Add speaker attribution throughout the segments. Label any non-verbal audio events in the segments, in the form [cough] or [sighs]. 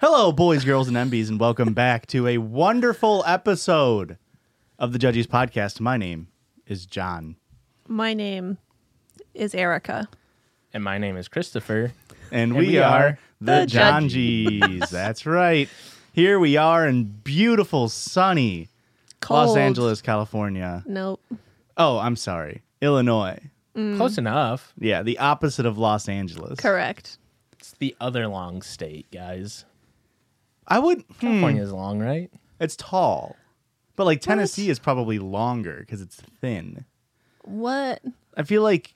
Speaker 1: Hello, boys, girls, and MBs, and welcome back to a wonderful episode of the Judges Podcast. My name is John,
Speaker 2: My name is Erica.
Speaker 3: And my name is Christopher.
Speaker 1: and, we, are, the
Speaker 2: the
Speaker 1: John G's. [laughs] That's right. Here we are in beautiful, sunny Los
Speaker 2: Cold.
Speaker 1: Angeles, California.
Speaker 2: Nope.
Speaker 1: Oh, I'm sorry, Illinois.
Speaker 3: Close enough.
Speaker 1: Yeah, the opposite of Los Angeles.
Speaker 2: Correct.
Speaker 3: It's the other long state, guys.
Speaker 1: I would. Hmm,
Speaker 3: California's long, right?
Speaker 1: it's tall, but like Tennessee is probably longer because it's thin.
Speaker 2: What?
Speaker 1: I feel like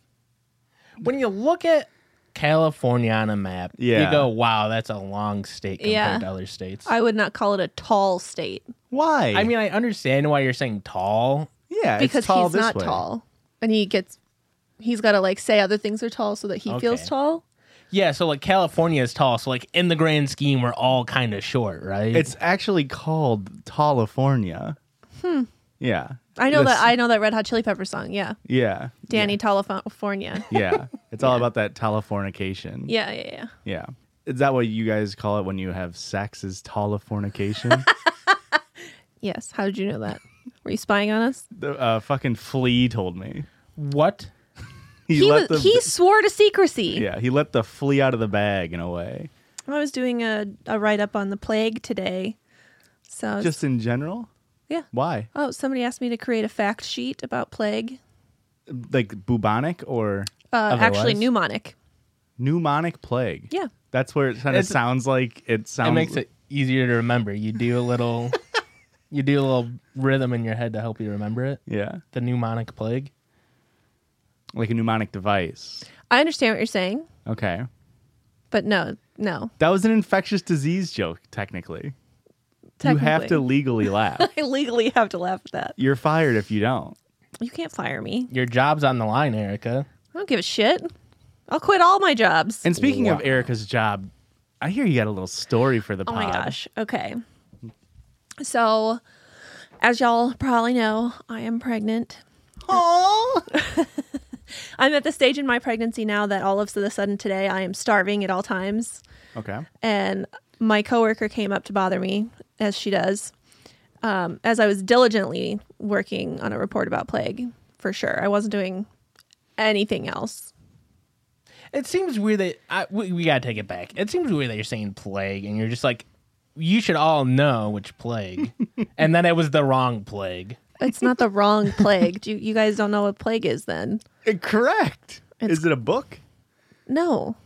Speaker 3: When you look at California on a map,
Speaker 1: Yeah.
Speaker 3: you go, wow, that's a long state compared
Speaker 2: Yeah.
Speaker 3: to other states. I,
Speaker 2: I would not call it a tall state
Speaker 1: why?
Speaker 3: mean, I understand why you're saying tall.
Speaker 1: yeah, it's
Speaker 2: because
Speaker 1: tall
Speaker 2: he's
Speaker 1: this
Speaker 2: not
Speaker 1: way.
Speaker 2: tall. And he gets he's got to like say other things are tall so that he feels
Speaker 3: Okay.
Speaker 2: tall.
Speaker 3: Yeah, so like California is tall. So, like, in the grand scheme, we're all kind of short, right?
Speaker 1: It's actually called California. Hmm. Yeah.
Speaker 2: I know
Speaker 1: This-
Speaker 2: that I know that Red Hot Chili Pepper song. Yeah.
Speaker 1: Yeah.
Speaker 2: Danny
Speaker 1: [laughs]
Speaker 2: California. [laughs]
Speaker 1: Yeah. It's all about that telefornication.
Speaker 2: Yeah, yeah, yeah.
Speaker 1: Yeah. Is that what you guys call it when you have sex? Is
Speaker 2: [laughs]
Speaker 1: telefornication?
Speaker 2: Yes. How did you know that? Were you spying on us?
Speaker 1: the uh, fucking flea told me.
Speaker 3: what?
Speaker 2: He was, he swore to secrecy.
Speaker 1: yeah he let the flea out of the bag in a way.
Speaker 2: I was doing a, a write up on the plague today. So I was-
Speaker 1: Just in general.
Speaker 2: yeah.
Speaker 1: Why?
Speaker 2: Oh, somebody asked me to create a fact sheet about plague.
Speaker 1: Like bubonic or
Speaker 2: Uh, actually,
Speaker 3: Otherwise?
Speaker 2: pneumonic.
Speaker 1: pneumonic plague?
Speaker 2: Yeah.
Speaker 1: That's where it kind of
Speaker 3: It's-
Speaker 1: sounds like it sounds.
Speaker 3: That makes it easier to remember. You do
Speaker 1: [laughs]
Speaker 3: a little. You do a little rhythm in your head to help you remember it.
Speaker 1: Yeah.
Speaker 3: The mnemonic plague.
Speaker 1: Like a mnemonic device.
Speaker 2: I understand what you're saying,
Speaker 1: Okay.
Speaker 2: but no, no.
Speaker 1: That was an infectious disease joke, technically. You
Speaker 2: Technically.
Speaker 1: have to legally
Speaker 2: [laughs]
Speaker 1: laugh.
Speaker 2: I legally have to laugh at that.
Speaker 1: You're fired if you don't.
Speaker 2: You can't fire me.
Speaker 3: Your job's on the line, Erica.
Speaker 2: I don't give a shit. I'll quit all my jobs.
Speaker 1: And speaking of
Speaker 3: Wow.
Speaker 1: Erica's job, I hear you got a little story for the
Speaker 2: oh
Speaker 1: pod.
Speaker 2: my gosh. Okay. So, as y'all probably know, I am pregnant. [laughs] I'm at the stage in my pregnancy now that all of a sudden today I am starving at all times.
Speaker 1: Okay.
Speaker 2: and my coworker came up to bother me as she does um, as i was diligently working on a report about plague for sure i wasn't doing anything else
Speaker 3: It seems weird that I, we, we gotta take it back. It seems weird that you're saying plague, and you're just like, you should all know which
Speaker 2: [laughs]
Speaker 3: plague, and then it was the wrong plague.
Speaker 2: it's not the wrong plague you, you guys don't know what plague is then
Speaker 1: Uh, Correct. Is it a book?
Speaker 2: no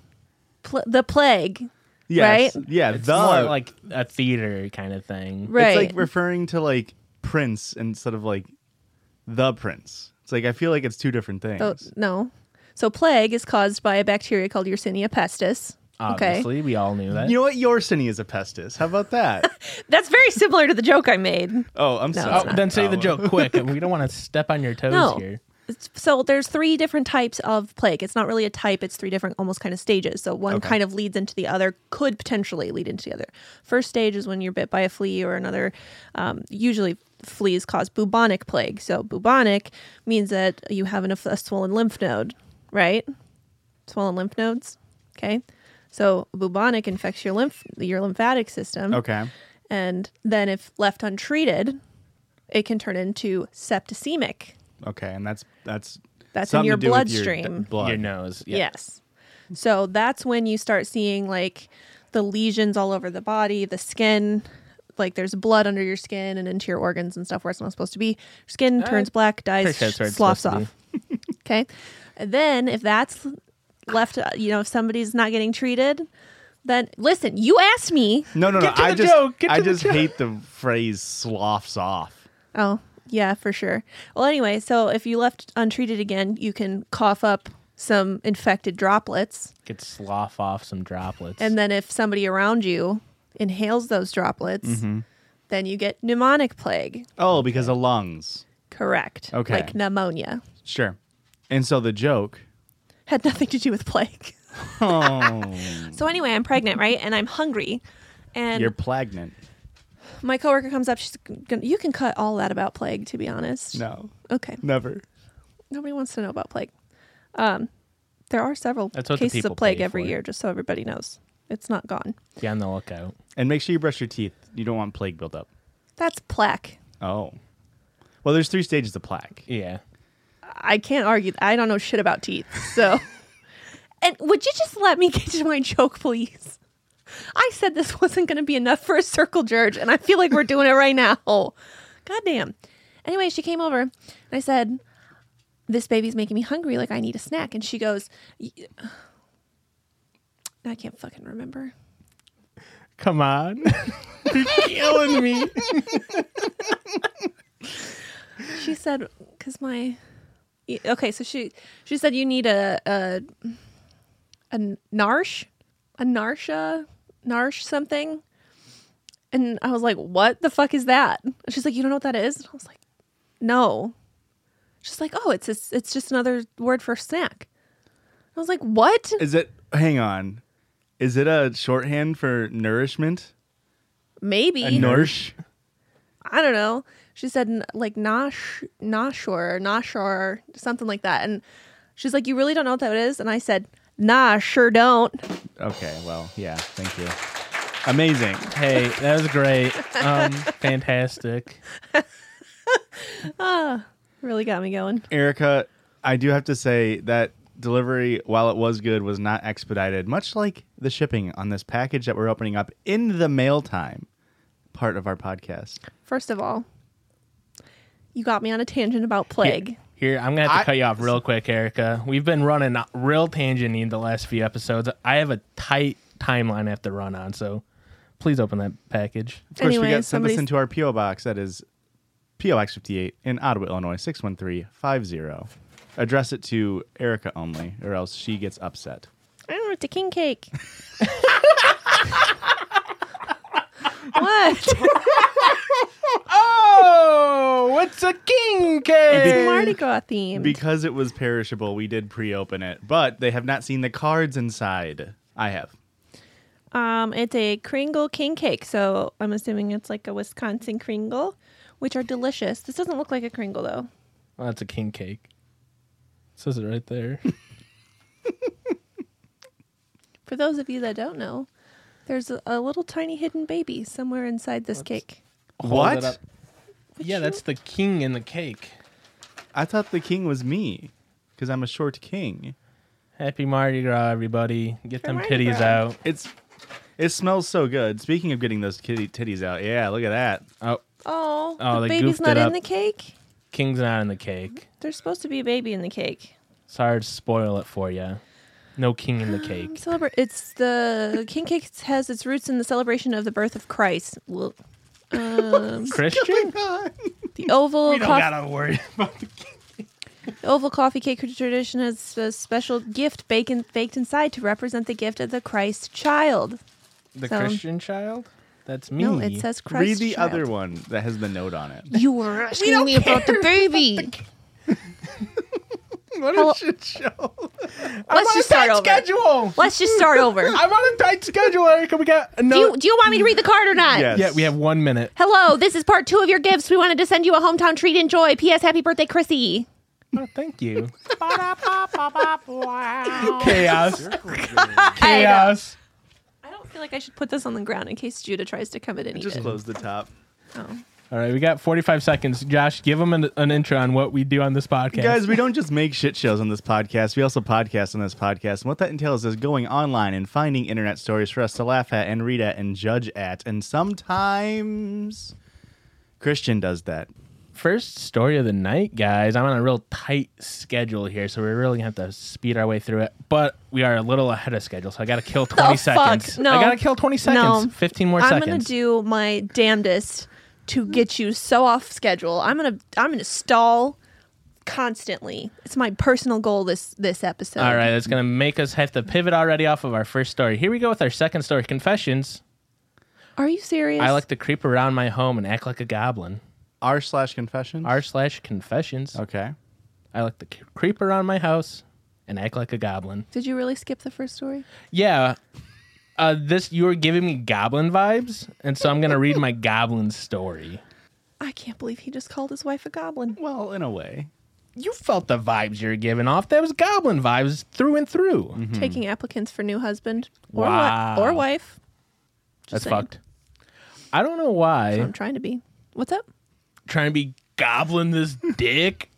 Speaker 2: Pl- the plague
Speaker 1: Yes.
Speaker 2: Right?
Speaker 1: Yeah.
Speaker 3: It's
Speaker 1: the
Speaker 3: more like a theater kind of thing.
Speaker 2: right
Speaker 1: It's like referring to like Prince instead of like the Prince. It's like I feel like it's two different things.
Speaker 2: Oh, no so plague is caused by a bacteria called yersinia pestis okay
Speaker 3: Obviously, we all knew that.
Speaker 1: You know what? Yorcini is a pestis. How about that?
Speaker 2: [laughs] that's very similar to the joke i made
Speaker 1: oh, I'm
Speaker 2: it's
Speaker 3: oh,
Speaker 1: sorry.
Speaker 3: then say
Speaker 1: Oh,
Speaker 3: the joke
Speaker 2: [laughs]
Speaker 3: quick. we don't want to step on your toes
Speaker 2: No.
Speaker 3: here.
Speaker 2: It's- So there's three different types of plague. It's not really a type, it's three different almost kind of stages. So one
Speaker 1: Okay.
Speaker 2: kind of leads into the other, could potentially lead into the other. First stage is when you're bit by a flea or another. Um, usually fleas cause bubonic plague. So bubonic means that you have an, a swollen lymph node, right? Swollen lymph nodes. Okay. So bubonic infects your lymph your lymphatic system.
Speaker 1: Okay.
Speaker 2: And then if left untreated, it can turn into septicemic.
Speaker 1: Okay. And that's that's
Speaker 2: That's in
Speaker 1: something
Speaker 2: your
Speaker 1: to do with your
Speaker 2: bloodstream.
Speaker 1: d- blood.
Speaker 3: Your nose. Yeah.
Speaker 2: Yes. So that's when you start seeing like the lesions all over the body, the skin, like there's blood under your skin and into your organs and stuff where it's not supposed to be. Skin turns black, dies,
Speaker 3: pretty sure that's where it's
Speaker 2: sloughs
Speaker 3: supposed
Speaker 2: off. okay. And then if that's left, uh, you know, if somebody's not getting treated, then listen, you asked me.
Speaker 1: No, no, no.
Speaker 3: Get to
Speaker 1: I
Speaker 3: the
Speaker 1: just,
Speaker 3: joke. Get
Speaker 1: I
Speaker 3: to the
Speaker 1: just
Speaker 3: joke.
Speaker 1: hate the phrase "sloughs off."
Speaker 2: Oh, yeah, for sure. Well, anyway, so if you left untreated again, you can cough up some infected droplets.
Speaker 3: Could slough off some droplets.
Speaker 2: And then if somebody around you inhales those droplets,
Speaker 3: Mm-hmm.
Speaker 2: then you get pneumonic plague.
Speaker 1: Oh, because of lungs.
Speaker 2: Correct.
Speaker 1: Okay.
Speaker 2: Like pneumonia.
Speaker 1: Sure. And so the joke.
Speaker 2: Had nothing to do with plague.
Speaker 1: Oh,
Speaker 2: [laughs] So anyway, I'm pregnant, right? And I'm hungry. And
Speaker 1: you're pregnant.
Speaker 2: my coworker comes up. She's gonna, you can cut all that about plague, to be honest.
Speaker 1: No,
Speaker 2: Okay.
Speaker 1: never.
Speaker 2: Nobody wants to know about plague. Um, there are several
Speaker 3: That's what the
Speaker 2: cases
Speaker 3: people
Speaker 2: of plague
Speaker 3: pay
Speaker 2: every
Speaker 3: for.
Speaker 2: year, just so everybody knows. It's not gone.
Speaker 3: Be on the lookout.
Speaker 1: And make sure you brush your teeth. You don't want plague buildup.
Speaker 2: That's plaque.
Speaker 1: Oh. Well, there's three stages of plaque.
Speaker 3: Yeah.
Speaker 2: I can't argue. I don't know shit about teeth. So, [laughs] and would you just let me get to my joke, please? I said this wasn't going to be enough for a circle jerk, and I feel like we're doing it right now. Goddamn. Anyway, she came over, and I said, "This baby's making me hungry. Like I need a snack." And she goes, "Y- [sighs] "I can't fucking remember."
Speaker 3: Come on. [laughs] You're
Speaker 2: [laughs]
Speaker 3: killing me.
Speaker 2: She said, "Cause my y- okay." So she she said you need a a a narsh, a narsha, narsh something. And I was like, "What the fuck is that?" And she's like, "You don't know what that is?" And I was like, "No." She's like, "Oh, it's just, it's just another word for snack." I was like, "What?"
Speaker 1: Is it, hang on, is it a shorthand for nourishment?
Speaker 2: Maybe
Speaker 1: A nourish?
Speaker 2: I don't know. She said n- like nosh noshor noshor something like that, and she's like, "You really don't know what that is?" And I said, "Nah, sure don't."
Speaker 1: Okay, well, yeah, thank you. Amazing.
Speaker 3: Hey, that was great. Um, fantastic.
Speaker 2: Really got me going.
Speaker 1: Erica, I do have to say that delivery, while it was good, was not expedited, much like the shipping on this package that we're opening up in the mail time part of our podcast.
Speaker 2: First of all, you got me on a tangent about plague.
Speaker 3: Here, I'm gonna have to
Speaker 1: I-
Speaker 3: cut you off real quick, Erica. We've been running real tangenty in the last few episodes. I have a tight timeline I have to run on, so please open that package.
Speaker 1: Of course, we
Speaker 2: Anyway,
Speaker 1: got sent this
Speaker 2: somebody's-
Speaker 1: into our PO box. That is PO Box 58 in Ottawa, Illinois 61350. Address it to Erica only, or else she gets upset.
Speaker 2: Oh, it's a king cake. [laughs] what?
Speaker 3: Oh, what's a king
Speaker 2: It's
Speaker 3: cake?
Speaker 2: Mardi Gras themed.
Speaker 1: Because it was perishable, we did pre-open it, but they have not seen the cards inside. I have.
Speaker 2: um, it's a Kringle king cake, so I'm assuming it's like a Wisconsin Kringle, which are delicious. This doesn't look like a Kringle though.
Speaker 3: Well, that's a king cake. It says it right [laughs] there.
Speaker 2: For those of you that don't know, there's a, a little tiny hidden baby somewhere inside this cake.
Speaker 3: Hold it
Speaker 1: What?
Speaker 3: up. Yeah, that's the king in the cake.
Speaker 1: I thought the king was me, because I'm a short king.
Speaker 3: Happy Mardi Gras, everybody. Get them
Speaker 2: Mardi
Speaker 3: titties
Speaker 2: Gras.
Speaker 3: out.
Speaker 1: It's it smells so good. Speaking of getting those kitty titties out, yeah, look at that.
Speaker 3: Oh,
Speaker 2: Oh,
Speaker 3: Oh,
Speaker 2: the
Speaker 3: they
Speaker 2: baby's
Speaker 3: goofed
Speaker 2: not
Speaker 3: it
Speaker 2: in
Speaker 3: up.
Speaker 2: the cake.
Speaker 3: king's not in the cake.
Speaker 2: There's supposed to be a baby in the cake.
Speaker 3: Sorry to spoil it for you. No king in the
Speaker 2: Um, [laughs]
Speaker 3: cake.
Speaker 2: celebra- it's the king cake has its roots in the celebration of the birth of Christ. Well, Um,
Speaker 3: Christian? [laughs]
Speaker 2: the oval coffee,
Speaker 3: worry about the
Speaker 2: the oval coffee cake tradition has a special gift bacon baked inside to represent the gift of the Christ child.
Speaker 3: The
Speaker 2: So-
Speaker 3: Christian child? That's me.
Speaker 2: No, it says Christ.
Speaker 1: Read the
Speaker 2: child.
Speaker 1: other one that has the note on it.
Speaker 2: You were asking me about the baby.
Speaker 1: what
Speaker 2: Hello-
Speaker 1: a shit show!
Speaker 2: Let's just start over.
Speaker 3: schedule.
Speaker 2: Let's just start [laughs] over.
Speaker 3: I'm on a tight schedule, Erica. We got
Speaker 2: Do
Speaker 3: no.
Speaker 2: you, do you want me to read the card or not?
Speaker 1: Yes.
Speaker 3: Yeah, we have one minute.
Speaker 2: Hello, this is part two of your gifts. We wanted to send you a hometown treat. Enjoy. P.S. Happy birthday, Chrissy.
Speaker 3: Oh, thank [laughs] you. Chaos.
Speaker 2: [laughs]
Speaker 3: Chaos.
Speaker 2: I don't feel like I should put this on the ground in case Judah tries to come in and eat
Speaker 1: Just
Speaker 2: it.
Speaker 1: close the top.
Speaker 2: Oh.
Speaker 3: All right, we got 45 seconds. Josh, give them an, an intro on what we do on this podcast.
Speaker 1: Guys, we don't just make shit shows on this podcast. We also podcast on this podcast. And what that entails is going online and finding internet stories for us to laugh at and read at and judge at. And sometimes Christian does that.
Speaker 3: First story of the night, guys. I'm on a real tight schedule here, so we're really gonna have to speed our way through it. But we are a little ahead of schedule, so I
Speaker 2: [laughs]
Speaker 3: gotta kill 20
Speaker 2: fuck?
Speaker 3: seconds.
Speaker 2: No.
Speaker 3: I gotta kill 20 seconds. 15 more
Speaker 2: I'm
Speaker 3: seconds.
Speaker 2: gonna do my damnedest to get you so off schedule. I'm gonna I'm gonna stall constantly. It's my personal goal this this episode.
Speaker 3: All right, that's going to make us have to pivot already off of our first story. Here we go with our second story confessions.
Speaker 2: Are you serious?
Speaker 3: I like to creep around my home and act like a goblin.
Speaker 1: R slash confession.
Speaker 3: R slash confessions.
Speaker 1: Okay.
Speaker 3: I like to c- creep around my house and act like a goblin.
Speaker 2: Did you really skip the first story?
Speaker 3: Yeah. Uh, this you were giving me goblin vibes, and so I'm gonna
Speaker 2: [laughs]
Speaker 3: read my goblin story.
Speaker 2: I can't believe he just called his wife a goblin.
Speaker 1: Well, in a way.
Speaker 3: you felt the vibes you were giving off. That was goblin vibes through and through.
Speaker 1: Hmm.
Speaker 2: Taking applicants for new husband or, wi-
Speaker 3: Wow.
Speaker 2: or wife.
Speaker 3: That's
Speaker 2: saying.
Speaker 3: fucked. I don't know why.
Speaker 2: I'm trying to be. What's up?
Speaker 3: trying to be goblin this dick.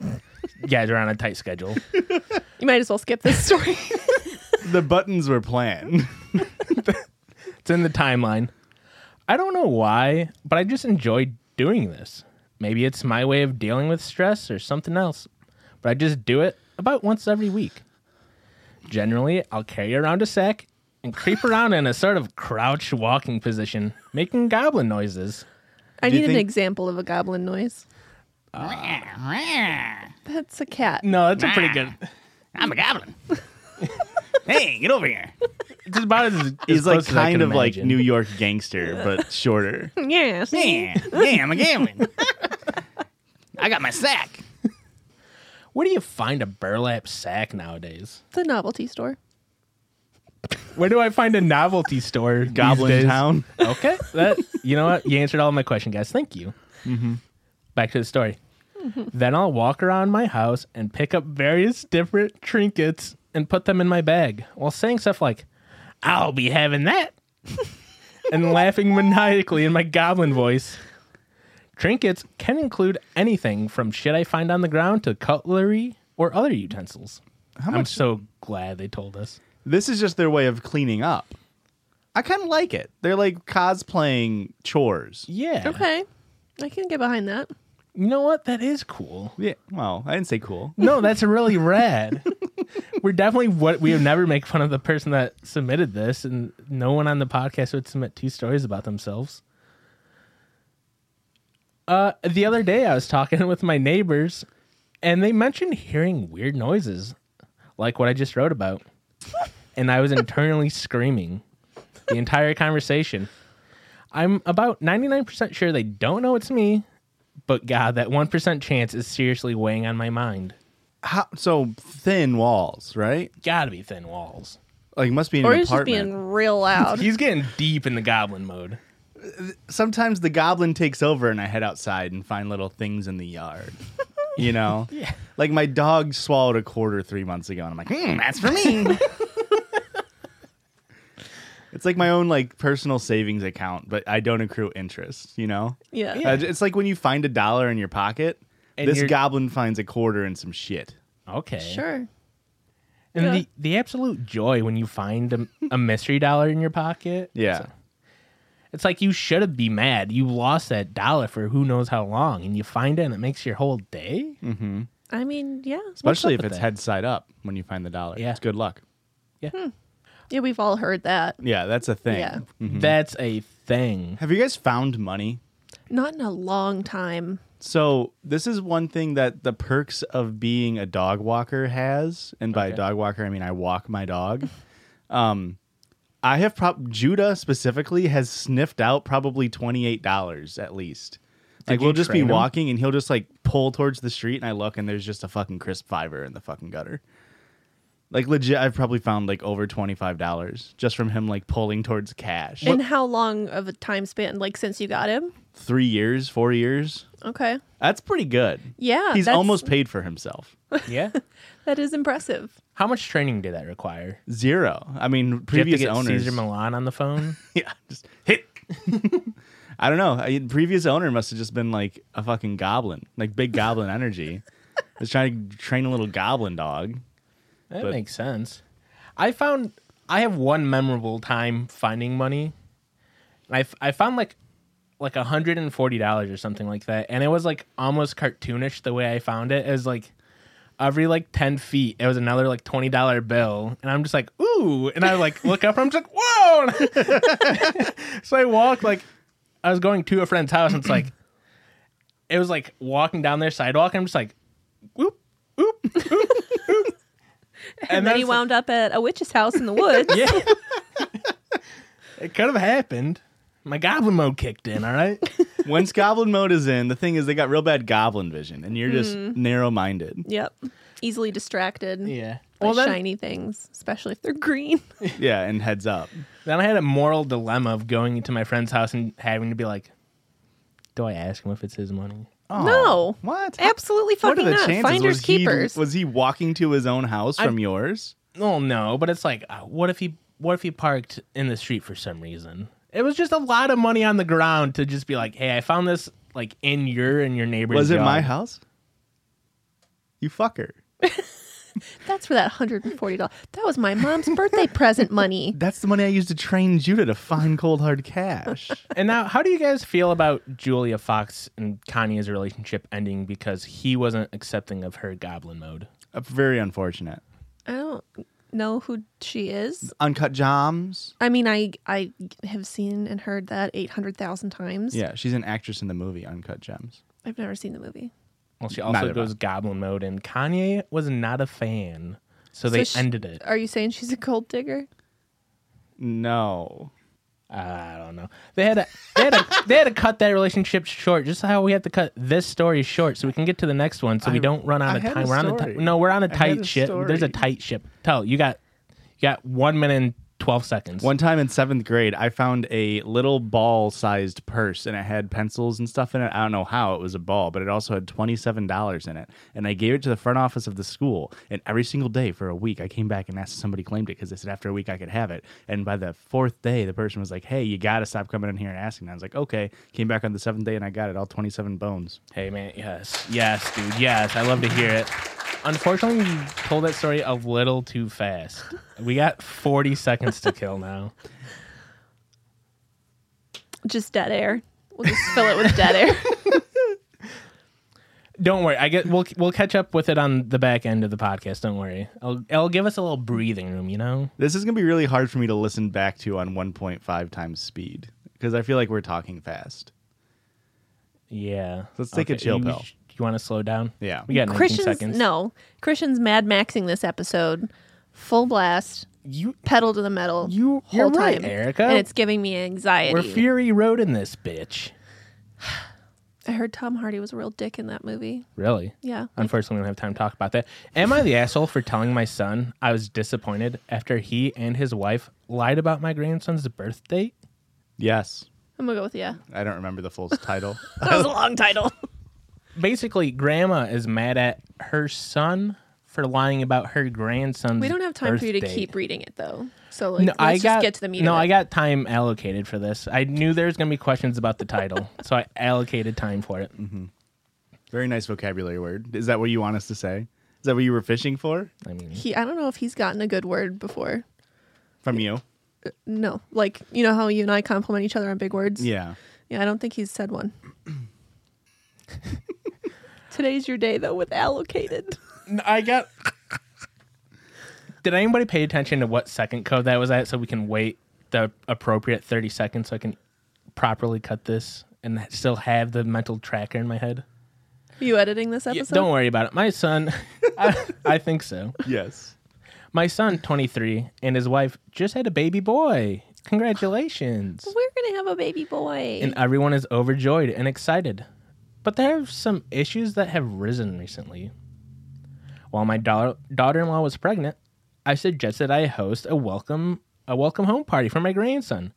Speaker 3: you guys are on a tight schedule.
Speaker 2: You might as well skip
Speaker 1: [laughs]
Speaker 2: this [laughs] story.
Speaker 1: The buttons were
Speaker 4: [laughs]
Speaker 1: planned.
Speaker 3: It's in the timeline. I don't know why, but I just enjoy doing this. Maybe it's my way of dealing with stress or something else, but I just do it about once every week. Generally, I'll carry around a sack and [laughs] creep around in a sort of crouch walking position, making goblin noises.
Speaker 2: I
Speaker 1: Do you
Speaker 2: need an
Speaker 1: think-
Speaker 2: example of a goblin noise. That's a cat.
Speaker 1: Mm.
Speaker 3: No, that's a pretty good.
Speaker 4: I'm a
Speaker 1: [laughs]
Speaker 4: goblin. hey, get over here.
Speaker 3: It's about as, as
Speaker 1: He's like
Speaker 3: close as I
Speaker 1: kind
Speaker 3: can
Speaker 1: of like
Speaker 3: imagine.
Speaker 1: New York gangster,
Speaker 4: [laughs]
Speaker 1: but shorter.
Speaker 2: Yeah.
Speaker 4: Yeah, yeah, I'm a goblin. I got my sack.
Speaker 3: Where do you find a burlap sack nowadays?
Speaker 2: The novelty store.
Speaker 3: Where do I find a novelty store?
Speaker 1: Goblin Town.
Speaker 3: Okay, that you know what? You answered all my question, guys. Thank you. Back to the story. Then I'll walk around my house and pick up various different trinkets and put them in my bag while saying stuff like, "I'll be having that," [laughs] and laughing maniacally in my goblin voice. Trinkets can include anything from shit I find on the ground to cutlery or other utensils. I'm so glad they told us.
Speaker 1: This is just their way of cleaning up. I kind of like it. They're like cosplaying chores.
Speaker 3: Yeah.
Speaker 2: Okay. I can get behind that.
Speaker 3: You know what? That is cool.
Speaker 1: Yeah. Well, I didn't say cool.
Speaker 3: No, that's really rad. We're definitely what we would never make fun of the person that submitted this, and no one on the podcast would submit two stories about themselves. Uh, the other day, I was talking [laughs] with my neighbors, and they mentioned hearing weird noises, like what I just wrote about, and I was internally screaming the entire conversation. I'm about 99% sure they don't know it's me, but God, that 1% chance is seriously weighing on my mind.
Speaker 1: How, so thin walls, right?
Speaker 3: Gotta be thin walls.
Speaker 1: Like must be an
Speaker 2: or he's just
Speaker 1: apartment.
Speaker 2: being
Speaker 1: [laughs]
Speaker 2: real loud.
Speaker 3: He's getting deep in the goblin mode.
Speaker 1: Sometimes the goblin takes over, and I head outside and find little things in the
Speaker 3: [laughs]
Speaker 1: yard. You know, yeah. Like my dog swallowed a quarter three months ago, and I'm like,
Speaker 4: Hmm, that's for
Speaker 3: [laughs]
Speaker 4: me.
Speaker 1: It's like my own like personal savings account, but I don't accrue interest. You know,
Speaker 2: yeah.
Speaker 1: Uh, it's like when you find a dollar in your pocket.
Speaker 3: And
Speaker 1: this
Speaker 3: you're-
Speaker 1: goblin finds a quarter and some shit.
Speaker 3: Okay.
Speaker 2: Sure.
Speaker 3: And
Speaker 2: Yeah.
Speaker 3: the, the absolute joy when you find a, a mystery dollar in your pocket.
Speaker 1: Yeah,
Speaker 3: It's, it's like you should be mad. You lost that dollar for who knows how long, and you find it, and it makes your whole day.
Speaker 2: I mean, yeah.
Speaker 1: especially
Speaker 3: up
Speaker 1: if
Speaker 3: with
Speaker 1: it's
Speaker 3: that?
Speaker 1: head side up when you find the dollar.
Speaker 3: Yeah.
Speaker 1: it's good luck.
Speaker 2: Yeah, we've all heard that.
Speaker 1: Yeah, that's a thing.
Speaker 2: Yeah.
Speaker 3: That's a
Speaker 2: [laughs]
Speaker 3: thing.
Speaker 1: Have you guys found money?
Speaker 2: Not in a long time.
Speaker 1: So this is one thing that the perks of being a dog walker has, and by
Speaker 3: Okay.
Speaker 1: dog walker I mean I walk my dog. [laughs] um, I have prob Judah specifically has sniffed out probably twenty eight dollars at least. like
Speaker 3: you
Speaker 1: we'll just be
Speaker 3: train him?
Speaker 1: walking and he'll just like pull towards the street and I look and there's just a fucking crisp fiver in the fucking gutter. Like legit, I've probably found like over twenty five dollars just from him like pulling towards cash.
Speaker 2: And how long of a time span, like since you got him?
Speaker 1: Three years, four years.
Speaker 2: Okay.
Speaker 1: That's pretty good.
Speaker 2: Yeah.
Speaker 1: He's
Speaker 2: that's-
Speaker 1: almost paid for
Speaker 2: [laughs]
Speaker 1: himself.
Speaker 3: Yeah.
Speaker 2: That is impressive.
Speaker 3: how much training did that require?
Speaker 1: Zero. I mean,
Speaker 3: Did you have
Speaker 1: previous
Speaker 3: to get
Speaker 1: owners.
Speaker 3: Caesar Milan on the [laughs] phone?
Speaker 1: [laughs] yeah, just hit. [laughs] I don't know. I, previous owner must have just been like a fucking goblin, like big goblin
Speaker 2: [laughs]
Speaker 1: energy. Was trying to train a little goblin dog.
Speaker 3: That
Speaker 1: But-
Speaker 3: makes sense. I found I have one memorable time finding money. And I f- I found like like hundred and forty dollars or something like that, and it was like almost cartoonish the way I found it. It was like every like ten feet, it was another like twenty dollar bill, and I'm just like ooh, and I like look up, and I'm just like whoa. [laughs] so I walk like I was going to a friend's house, and it's like it was like walking down their sidewalk, and I'm just like whoop whoop whoop. whoop.
Speaker 2: [laughs] And, then
Speaker 3: that's,
Speaker 2: he
Speaker 3: like,
Speaker 2: wound up at a witch's
Speaker 1: [laughs]
Speaker 2: house in the woods.
Speaker 3: yeah. [laughs] it could have happened. My goblin mode kicked in, all
Speaker 1: [laughs]
Speaker 3: right?
Speaker 1: Once goblin mode is in, the thing is they got real bad goblin vision, and you're just
Speaker 2: Mm-hmm.
Speaker 1: narrow minded.
Speaker 2: Yep. Easily distracted
Speaker 3: Yeah.
Speaker 2: by
Speaker 3: Well, then,
Speaker 2: shiny things, especially if they're green.
Speaker 1: Yeah, and heads up.
Speaker 3: then I had a moral dilemma of going into my friend's house and having to be like, do I ask him if it's his money?
Speaker 1: Oh,
Speaker 2: No.
Speaker 1: What?
Speaker 2: Absolutely
Speaker 1: What are
Speaker 2: fucking
Speaker 1: the
Speaker 2: not.
Speaker 1: chances?
Speaker 2: Finders
Speaker 1: was
Speaker 2: keepers.
Speaker 1: He, was he walking to his own house from yours?
Speaker 3: Well, no, but it's like, uh, what if he what if he parked in the street for some reason? It was just a lot of money on the ground to just be like, hey, I found this like in your and your neighbor's.
Speaker 1: Was it my
Speaker 3: yard.
Speaker 1: house? You fucker.
Speaker 2: That's where that hundred and forty dollars. That was my mom's birthday present money.
Speaker 1: [laughs] That's the money I used to train Judah to [laughs] find cold hard cash.
Speaker 3: And now, how do you guys feel about Julia Fox and Kanye's relationship ending because he wasn't accepting of her goblin mode?
Speaker 1: Uh, Very unfortunate.
Speaker 2: I don't know who she is.
Speaker 1: Uncut Joms.
Speaker 2: I mean, I I have seen and heard that eight hundred thousand times.
Speaker 1: Yeah, she's an actress in the movie Uncut Gems.
Speaker 2: I've never seen the movie.
Speaker 3: Well, she
Speaker 1: Neither
Speaker 3: also
Speaker 1: of
Speaker 3: goes goblin mode, and Kanye was not a fan, so, they
Speaker 2: sh-
Speaker 3: ended it.
Speaker 2: Are you saying she's a gold digger?
Speaker 1: No.
Speaker 3: I don't know. They had to, they had to, [laughs] they had to cut that relationship short, just how we had to cut this story short, so we can get to the next one, so we
Speaker 1: I-
Speaker 3: don't run out
Speaker 1: I
Speaker 3: of
Speaker 1: had
Speaker 3: time.
Speaker 1: a
Speaker 3: We're on a
Speaker 1: story.
Speaker 3: ti- no, we're on a
Speaker 1: I had
Speaker 3: tight
Speaker 1: a
Speaker 3: ship. There's a
Speaker 1: story.
Speaker 3: tight ship. Tell you got you got one minute and twelve seconds.
Speaker 1: One time in seventh grade, I found a little ball sized purse and it had pencils and stuff in it. I don't know how it was a ball, but it also had $27 in it. And I gave it to the front office of the school. And every single day for a week, I came back and asked if somebody claimed it because they said after a week I could have it. And by the fourth day, the person was like, hey, you got to stop coming in here and asking. And I was like, okay. Came back on the seventh day and I got it, all 27 bones.
Speaker 3: Hey man, yes, yes, dude, yes. I love to hear it. Unfortunately, you told that story a little too fast. We got forty seconds to kill now.
Speaker 2: Just dead air. We'll just fill it with dead
Speaker 1: [laughs]
Speaker 2: air.
Speaker 3: Don't worry. I get we'll we'll catch up with it on the back end of the podcast. Don't worry. I'll I'll give us a little breathing room. You know.
Speaker 1: This is going to be really hard for me to listen back to on 1.5 times speed because I feel like we're talking fast.
Speaker 3: Yeah.
Speaker 1: Let's take a chill
Speaker 3: you,
Speaker 1: pill.
Speaker 3: You want to slow down?
Speaker 1: Yeah.
Speaker 3: We got 19
Speaker 2: Christian's
Speaker 3: seconds.
Speaker 2: no. Christian's mad maxing this episode, full blast,
Speaker 3: You
Speaker 2: pedal to the metal.
Speaker 3: You-
Speaker 2: whole
Speaker 3: you're
Speaker 2: time,
Speaker 3: right, Erica.
Speaker 2: And it's giving me anxiety.
Speaker 3: we're Fury Road in this bitch.
Speaker 2: I heard Tom Hardy was a real dick in that movie.
Speaker 3: Really?
Speaker 2: Yeah.
Speaker 3: Unfortunately, we don't have time to talk about that. Am I the asshole for telling my son I was disappointed after he and his wife lied about my grandson's birth date?
Speaker 1: Yes.
Speaker 2: I'm gonna go with yeah.
Speaker 1: I don't remember the full title.
Speaker 2: That was a long
Speaker 3: [laughs]
Speaker 2: title.
Speaker 3: Basically, grandma is mad at her son for lying about her grandson's.
Speaker 2: We don't have time
Speaker 3: birth
Speaker 2: for you to
Speaker 3: date.
Speaker 2: keep reading it though. So like,
Speaker 3: no,
Speaker 2: let's
Speaker 3: I
Speaker 2: just
Speaker 3: got,
Speaker 2: get to the meat.
Speaker 3: No,
Speaker 2: of it.
Speaker 3: I got time allocated for this. I knew there was going to be questions about
Speaker 2: [laughs]
Speaker 3: the title, so I allocated time for it.
Speaker 1: Very nice vocabulary word. Is that what you want us to say? Is that what you were fishing for
Speaker 3: I mean,
Speaker 2: He. I don't know if he's gotten a good word before.
Speaker 1: from you?
Speaker 2: No, like you know how you and I compliment each other on big words.
Speaker 1: Yeah.
Speaker 2: Yeah, I don't think he's said
Speaker 3: [laughs]
Speaker 2: one. [laughs] Today's your day though with allocated.
Speaker 3: I got. Did anybody pay attention to what second code that was at so we can wait the appropriate 30 seconds so I can properly cut this and still have the mental tracker in my head?
Speaker 2: Are you editing this
Speaker 3: Yeah,
Speaker 2: episode?
Speaker 3: don't worry about it. My son, [laughs] I, I think so.
Speaker 1: Yes.
Speaker 3: My son, 23, and his wife just had a baby boy. Congratulations.
Speaker 2: We're gonna have a baby boy.
Speaker 3: And everyone is overjoyed and excited. But there are some issues that have risen recently. While my da- daughter-in-law was pregnant, I suggested I host a welcome a welcome home party for my grandson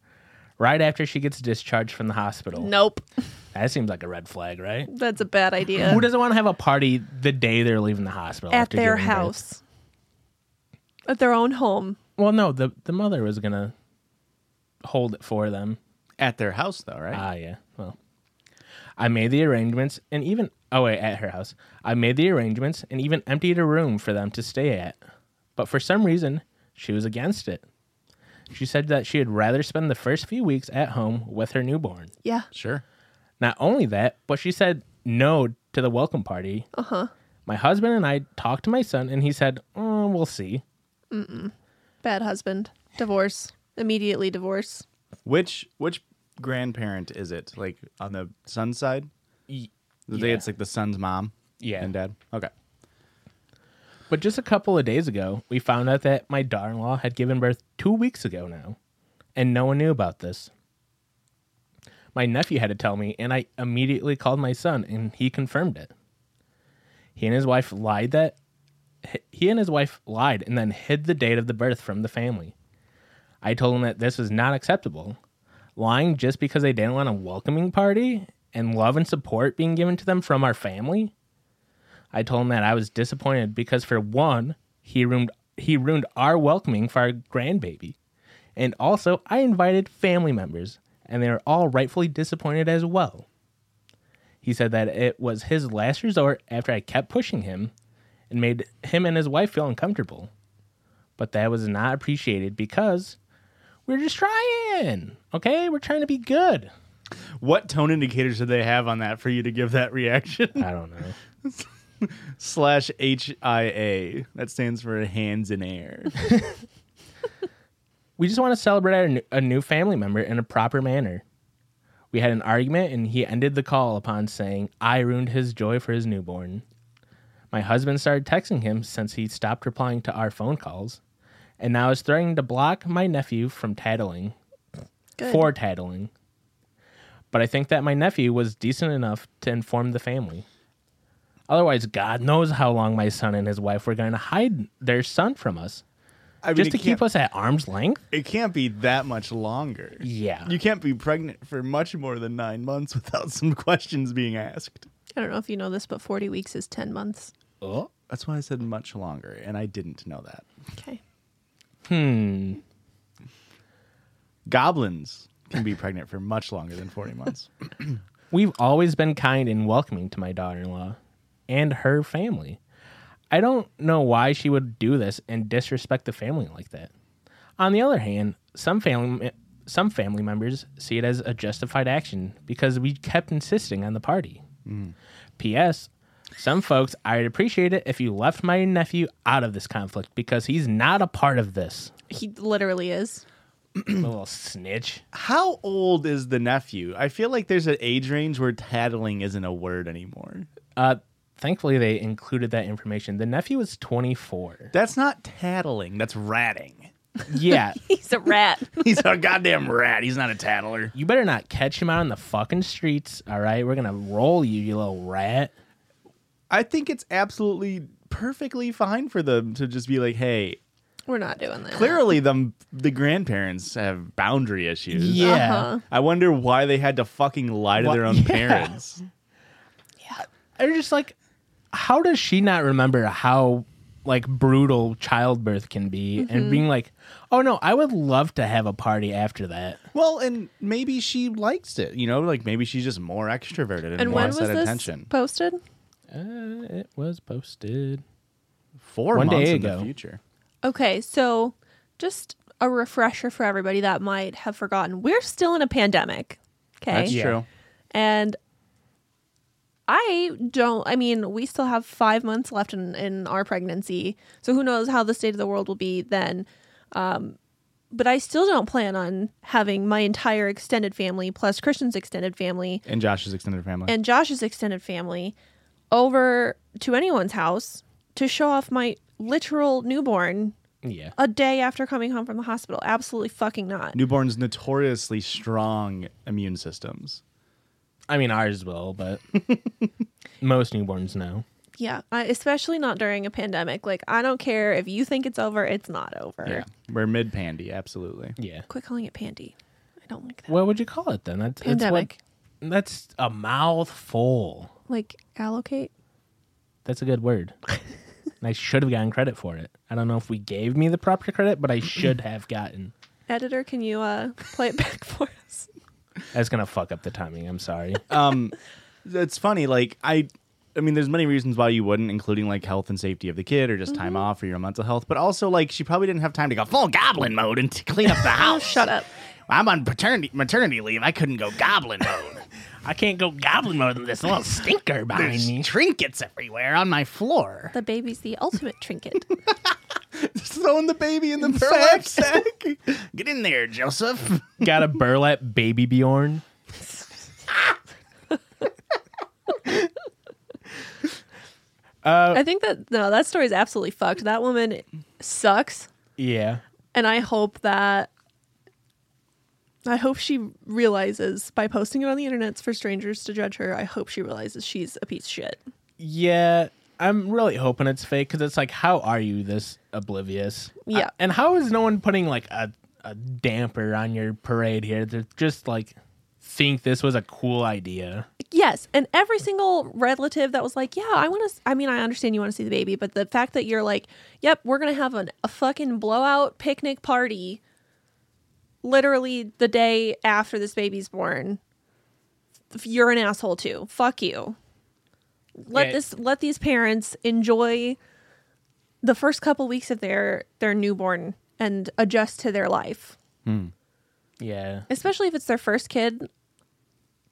Speaker 3: right after she gets discharged from the hospital.
Speaker 2: nope,
Speaker 3: That seems like a red flag, right?
Speaker 2: that's a bad idea.
Speaker 3: Who doesn't want to have a party the day they're leaving the hospital
Speaker 2: At
Speaker 3: after
Speaker 2: their
Speaker 3: giving birth?
Speaker 2: house, at their own home.
Speaker 3: Well, no, the the mother was going to hold it for them.
Speaker 1: At their house, though, right?
Speaker 3: Ah, yeah. Well, I made the arrangements and even oh wait, at her house, I made the arrangements and even emptied a room for them to stay at. But for some reason, she was against it. She said that she would rather spend the first few weeks at home with her newborn.
Speaker 2: Yeah,
Speaker 1: sure.
Speaker 3: Not only that, but she said no to the welcome party. Uh huh. My husband and I talked to my son, and he said, oh, "We'll see."
Speaker 2: bad husband. Divorce immediately. Divorce.
Speaker 1: Which which grandparent is it? Like on the son's side? I think
Speaker 3: yeah.
Speaker 1: it's like the son's mom.
Speaker 3: Yeah.
Speaker 1: And dad. Okay.
Speaker 3: But just a couple of days ago, we found out that my daughter in law had given birth two weeks ago now, and no one knew about this. My nephew had to tell me, and I immediately called my son, and he confirmed it. He and his wife lied that he and his wife lied and then hid the date of the birth from the family. I told him that this was not acceptable. Lying just because they didn't want a welcoming party and love and support being given to them from our family. I told him that I was disappointed because for one, he ruined he ruined our welcoming for our grandbaby. And also, I invited family members, and they were all rightfully disappointed as well. He said that it was his last resort after I kept pushing him and made him and his wife feel uncomfortable. But that was not appreciated because we're just trying, okay? We're trying to be good.
Speaker 1: What tone indicators did they have on that for you to give that reaction? [laughs]
Speaker 3: [laughs] I don't know.
Speaker 1: Slash HIA. That stands for hands in air.
Speaker 3: We just want to celebrate our, n- a new family member in a proper manner. We had an argument, and he ended the call upon saying, I ruined his joy for his newborn. My husband started texting him since he stopped replying to our phone calls, and now is threatening to block my nephew from tattling,
Speaker 2: Good.
Speaker 3: for tattling. But I think that my nephew was decent enough to inform the family. Otherwise, God knows how long my son and his wife were going to hide their son from us,
Speaker 1: I mean,
Speaker 3: [laughs] just
Speaker 1: it
Speaker 3: to keep
Speaker 1: can't-
Speaker 3: us at arm's length.
Speaker 1: It can't be that much longer.
Speaker 3: Yeah.
Speaker 1: You can't be pregnant for much more than nine months [laughs] without some questions being asked.
Speaker 2: I don't know if you know this, but 40 weeks is 10 months.
Speaker 3: Oh.
Speaker 1: That's why I said much longer, and I didn't know that.
Speaker 2: Okay.
Speaker 3: Hmm.
Speaker 1: Goblins can be pregnant for much longer than 40 months.
Speaker 3: We've always been kind and welcoming to my daughter in law and her family. I don't know why she would do this and disrespect the family like that. On the other hand, some family some family members see it as a justified action because we kept insisting on the party. P.S. Some folks, I'd appreciate it if you left my nephew out of this conflict because he's not a part of this.
Speaker 2: He literally is.
Speaker 3: little snitch.
Speaker 1: How old is the nephew? I feel like there's an age range where tattling isn't a word anymore.
Speaker 3: Uh, thankfully, they included that information. The nephew
Speaker 1: [laughs]
Speaker 3: was 24.
Speaker 1: That's not tattling, that's ratting. [laughs]
Speaker 3: Yeah,
Speaker 2: [laughs] He's a rat.
Speaker 1: He's a goddamn rat. He's not a tattler.
Speaker 3: you better not catch him out on the fucking streets. All right, we're gonna roll you, you little rat.
Speaker 1: I think it's absolutely perfectly fine for them to just be like, hey,
Speaker 2: [laughs] We're not doing that.
Speaker 1: clearly the, the grandparents have boundary issues.
Speaker 3: Yeah,
Speaker 2: Uh-huh.
Speaker 1: I wonder why they had to fucking lie to
Speaker 3: Wha-
Speaker 1: their own
Speaker 3: Yeah.
Speaker 1: parents.
Speaker 3: they're just like, how does she not remember how like brutal childbirth can be? And being like, oh no, I would love to have a party after that.
Speaker 1: [laughs] Well, and maybe she likes it, you know, like maybe she's just more extroverted and,
Speaker 2: And when
Speaker 1: wants
Speaker 2: was
Speaker 1: that
Speaker 2: this
Speaker 1: attention.
Speaker 2: posted?
Speaker 3: Uh, it was posted.
Speaker 1: Four
Speaker 3: One day
Speaker 1: months in
Speaker 3: ago.
Speaker 1: the future.
Speaker 2: Okay, so just a refresher for everybody that might have forgotten. We're still in a pandemic. Okay.
Speaker 1: That's
Speaker 3: Yeah.
Speaker 1: true.
Speaker 2: And I don't, I mean, we still have five months left in, in our pregnancy. So who knows how the state of the world will be then. Um, but I still don't plan on having my entire extended family plus Christian's extended family
Speaker 1: And Josh's extended family.
Speaker 2: and Josh's extended family over to anyone's house to show off my literal newborn
Speaker 3: Yeah,
Speaker 2: a day after coming home from the hospital. Absolutely fucking not.
Speaker 1: Newborns notoriously strong immune systems.
Speaker 3: I mean ours will, but most newborns know.
Speaker 2: Yeah, I, especially not during a pandemic. Like, I don't care if you think it's over, it's not over.
Speaker 1: Yeah. We're mid pandy, absolutely.
Speaker 3: Yeah.
Speaker 2: Quit calling it pandy. I don't like that.
Speaker 3: What would you call it then? That's
Speaker 2: Pandemic.
Speaker 3: That's, what, that's a mouthful.
Speaker 2: Like, allocate?
Speaker 3: That's a good word. and I should have gotten credit for it. I don't know if we gave me the proper credit, but I should have gotten.
Speaker 2: Editor, can you uh, play it back for us?
Speaker 3: That's gonna fuck up the timing. I'm sorry.
Speaker 1: It's funny, like I I mean there's many reasons why you wouldn't, including like health and safety of the kid or just time off or your mental health. But also like she probably didn't have time to go full goblin mode and to clean up [laughs] the
Speaker 2: Oh,
Speaker 1: house.
Speaker 2: shut up.
Speaker 4: I'm on paternity maternity leave. I couldn't go goblin
Speaker 1: [laughs]
Speaker 4: mode.
Speaker 3: I can't go goblin mode in this little stinker behind me.
Speaker 4: There's trinkets everywhere on my floor.
Speaker 2: The baby's the ultimate trinket.
Speaker 1: Throwing the baby in [laughs] the burlap sack. [laughs]
Speaker 4: Get in there, Joseph.
Speaker 3: [laughs] Got a burlap baby Bjorn.
Speaker 2: [laughs] I think that, no, that story's absolutely fucked. That woman sucks.
Speaker 3: Yeah.
Speaker 2: And I hope that, I hope she realizes by posting it on the internet for strangers to judge her, I hope she realizes she's a piece of shit.
Speaker 3: Yeah. I'm really hoping it's fake because it's like, how are you this oblivious?
Speaker 2: Yeah.
Speaker 3: I- and how is no one putting like a, a damper on your parade here? They're just like, think this was a cool idea.
Speaker 2: Yes, and every single relative that was like, "Yeah, I want to." I mean, I understand you want to see the baby, but the fact that you're like, "Yep, we're gonna have an, a fucking blowout picnic party," literally the day after this baby's born, f- you're an asshole too. Fuck you. Let
Speaker 3: Yeah.
Speaker 2: this let these parents enjoy the first couple weeks of their their newborn and adjust to their life
Speaker 3: Yeah.
Speaker 2: especially if it's their first kid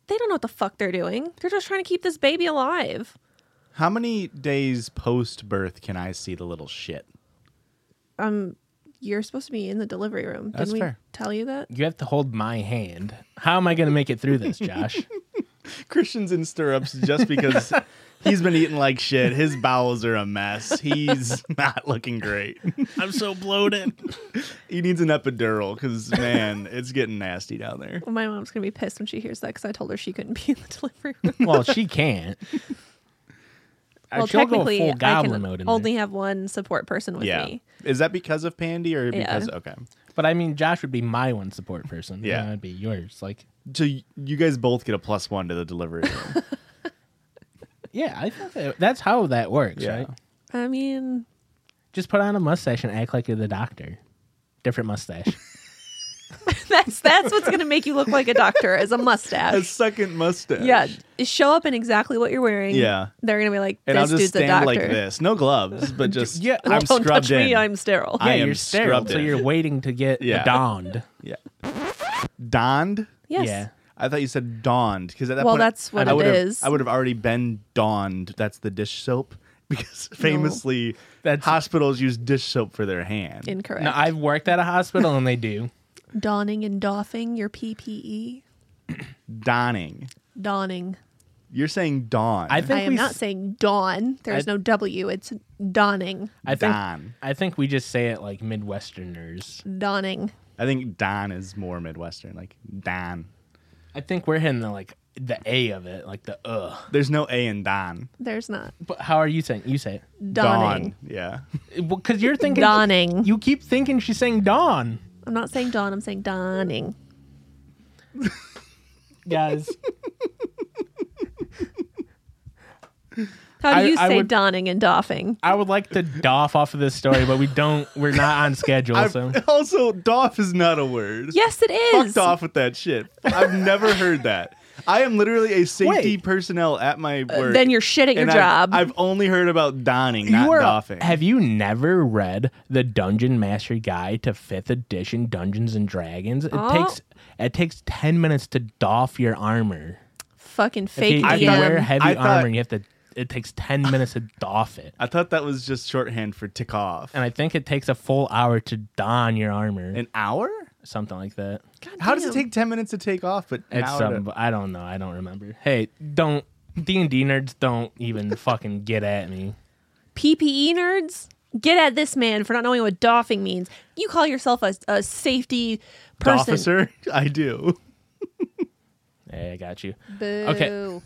Speaker 2: they don't know what the fuck they're doing they're just trying to keep this baby alive
Speaker 1: How many days post birth can I see the little shit?
Speaker 2: you're supposed to be in the delivery room
Speaker 1: That's
Speaker 2: didn't we
Speaker 1: fair.
Speaker 2: tell you that
Speaker 3: You have to hold my hand. How am I going to make it through this,
Speaker 2: [laughs]
Speaker 3: Josh?
Speaker 1: Christian's in stirrups just
Speaker 2: [laughs]
Speaker 1: because he's been eating like shit. His bowels are a mess. He's [laughs] not looking great.
Speaker 3: I'm so bloated.
Speaker 1: He needs an epidural because, man, it's getting nasty down there.
Speaker 2: well, my mom's gonna be pissed when she hears that because i told her she couldn't [laughs] be in the delivery
Speaker 1: [laughs]
Speaker 2: room
Speaker 3: Well, she can't. Uh,
Speaker 2: [laughs] well
Speaker 3: she'll
Speaker 2: technically
Speaker 3: go full
Speaker 2: i
Speaker 3: goblin
Speaker 2: can
Speaker 3: mode in there.
Speaker 2: only have one support person with
Speaker 1: yeah.
Speaker 2: me
Speaker 1: Is that because of Pandy or
Speaker 2: Yeah.
Speaker 1: because? Okay.
Speaker 3: But I mean, Josh would be my one support person.
Speaker 1: Yeah.
Speaker 3: Yeah, I'd be yours. Like,
Speaker 1: So y- you guys both get a plus one to the delivery
Speaker 2: [laughs]
Speaker 1: room.
Speaker 3: yeah, I think that, that's how that works,
Speaker 1: Yeah.
Speaker 3: right?
Speaker 2: i mean [laughs]
Speaker 3: Just put on a mustache and act like you're the doctor. Different mustache.
Speaker 2: that's that's what's gonna make you look like a doctor is a
Speaker 1: a
Speaker 2: mustache
Speaker 1: second mustache.
Speaker 2: [laughs] yeah show up in exactly what you're wearing
Speaker 1: Yeah.
Speaker 2: they're gonna be like this
Speaker 1: And I'll just
Speaker 2: dude's a
Speaker 1: stand
Speaker 2: doctor
Speaker 1: like this. No gloves, but just
Speaker 3: Yeah,
Speaker 1: I'm
Speaker 2: [laughs] don't
Speaker 1: scrubbed
Speaker 2: touch me
Speaker 1: in.
Speaker 2: i'm sterile
Speaker 1: [laughs] I
Speaker 3: yeah,
Speaker 1: am
Speaker 3: you're sterile,
Speaker 1: scrubbed
Speaker 3: so
Speaker 1: in.
Speaker 3: you're waiting to get
Speaker 1: Yeah.
Speaker 3: donned.
Speaker 1: Yeah. Donned?
Speaker 2: [laughs] yes
Speaker 3: Yeah.
Speaker 1: I thought you said dawned because at that
Speaker 2: Well,
Speaker 1: point,
Speaker 2: that's what
Speaker 1: I
Speaker 2: it
Speaker 1: would've-
Speaker 2: is.
Speaker 1: I would have already been dawned. That's the dish soap [laughs] because famously,
Speaker 3: That's-
Speaker 1: hospitals use dish soap for their hand.
Speaker 2: incorrect
Speaker 3: No, I've worked at a hospital and they do.
Speaker 2: Donning and doffing your PPE.
Speaker 1: Donning.
Speaker 2: Donning.
Speaker 1: You're saying dawn.
Speaker 3: I think
Speaker 2: I am
Speaker 3: we
Speaker 2: not
Speaker 3: s-
Speaker 2: saying dawn. There's
Speaker 3: I-
Speaker 2: no W. It's donning.
Speaker 3: I think
Speaker 1: Don.
Speaker 3: I think we just say it like Midwesterners.
Speaker 2: Donning.
Speaker 1: I think don is more Midwestern, like don.
Speaker 3: I think we're hitting the like the A of it, like the uh.
Speaker 1: There's no a in don.
Speaker 2: There's not.
Speaker 3: But how are you saying? You say
Speaker 2: Donning.
Speaker 1: Dawn.
Speaker 3: [laughs]
Speaker 1: Yeah.
Speaker 3: it because you're thinking
Speaker 2: Donning.
Speaker 3: You keep thinking she's saying Dawn,
Speaker 2: I'm not saying dawn. I'm saying donning.
Speaker 3: [laughs] guys.
Speaker 2: How do
Speaker 3: I-
Speaker 2: you
Speaker 3: I
Speaker 2: say
Speaker 3: would-
Speaker 2: donning and doffing?
Speaker 3: I would like to doff off of this story, but we don't. We're not on schedule, [laughs] so
Speaker 1: I- [laughs] also, doff is not a word.
Speaker 2: Yes, it is.
Speaker 1: Fucked off with that shit. I've never heard that. I am literally a safety
Speaker 3: Wait.
Speaker 1: personnel at my work.
Speaker 2: Uh, Then you're shit at your
Speaker 1: and
Speaker 2: job.
Speaker 1: I've, I've only heard about donning, not
Speaker 3: you are.
Speaker 1: doffing.
Speaker 3: Have you never read the Dungeon Master Guide to Fifth Edition Dungeons and Dragons? It
Speaker 2: Oh.
Speaker 3: takes it takes ten minutes to doff your armor.
Speaker 2: Fucking
Speaker 3: If
Speaker 2: fake
Speaker 3: you, if you
Speaker 1: thought-
Speaker 3: wear
Speaker 2: DM.
Speaker 3: heavy
Speaker 1: I thought-
Speaker 3: armor, and you have to. It takes ten minutes to doff it,
Speaker 1: I thought that was just shorthand for tick off.
Speaker 3: and I think it takes a full hour to don your armor,
Speaker 1: An hour?
Speaker 3: something like that.
Speaker 1: How does it
Speaker 2: Damn.
Speaker 1: take 10 minutes to take off? But an
Speaker 3: It's
Speaker 1: hour
Speaker 3: some,
Speaker 1: to-
Speaker 3: but I don't know. I don't remember. Hey, don't D and D nerds don't [laughs] even fucking get at me.
Speaker 2: PPE E nerds, get at this man for not knowing what doffing means. You call yourself a, a safety person.
Speaker 1: officer? [laughs] I do.
Speaker 3: Hey, I got you.
Speaker 2: Boo.
Speaker 3: Okay.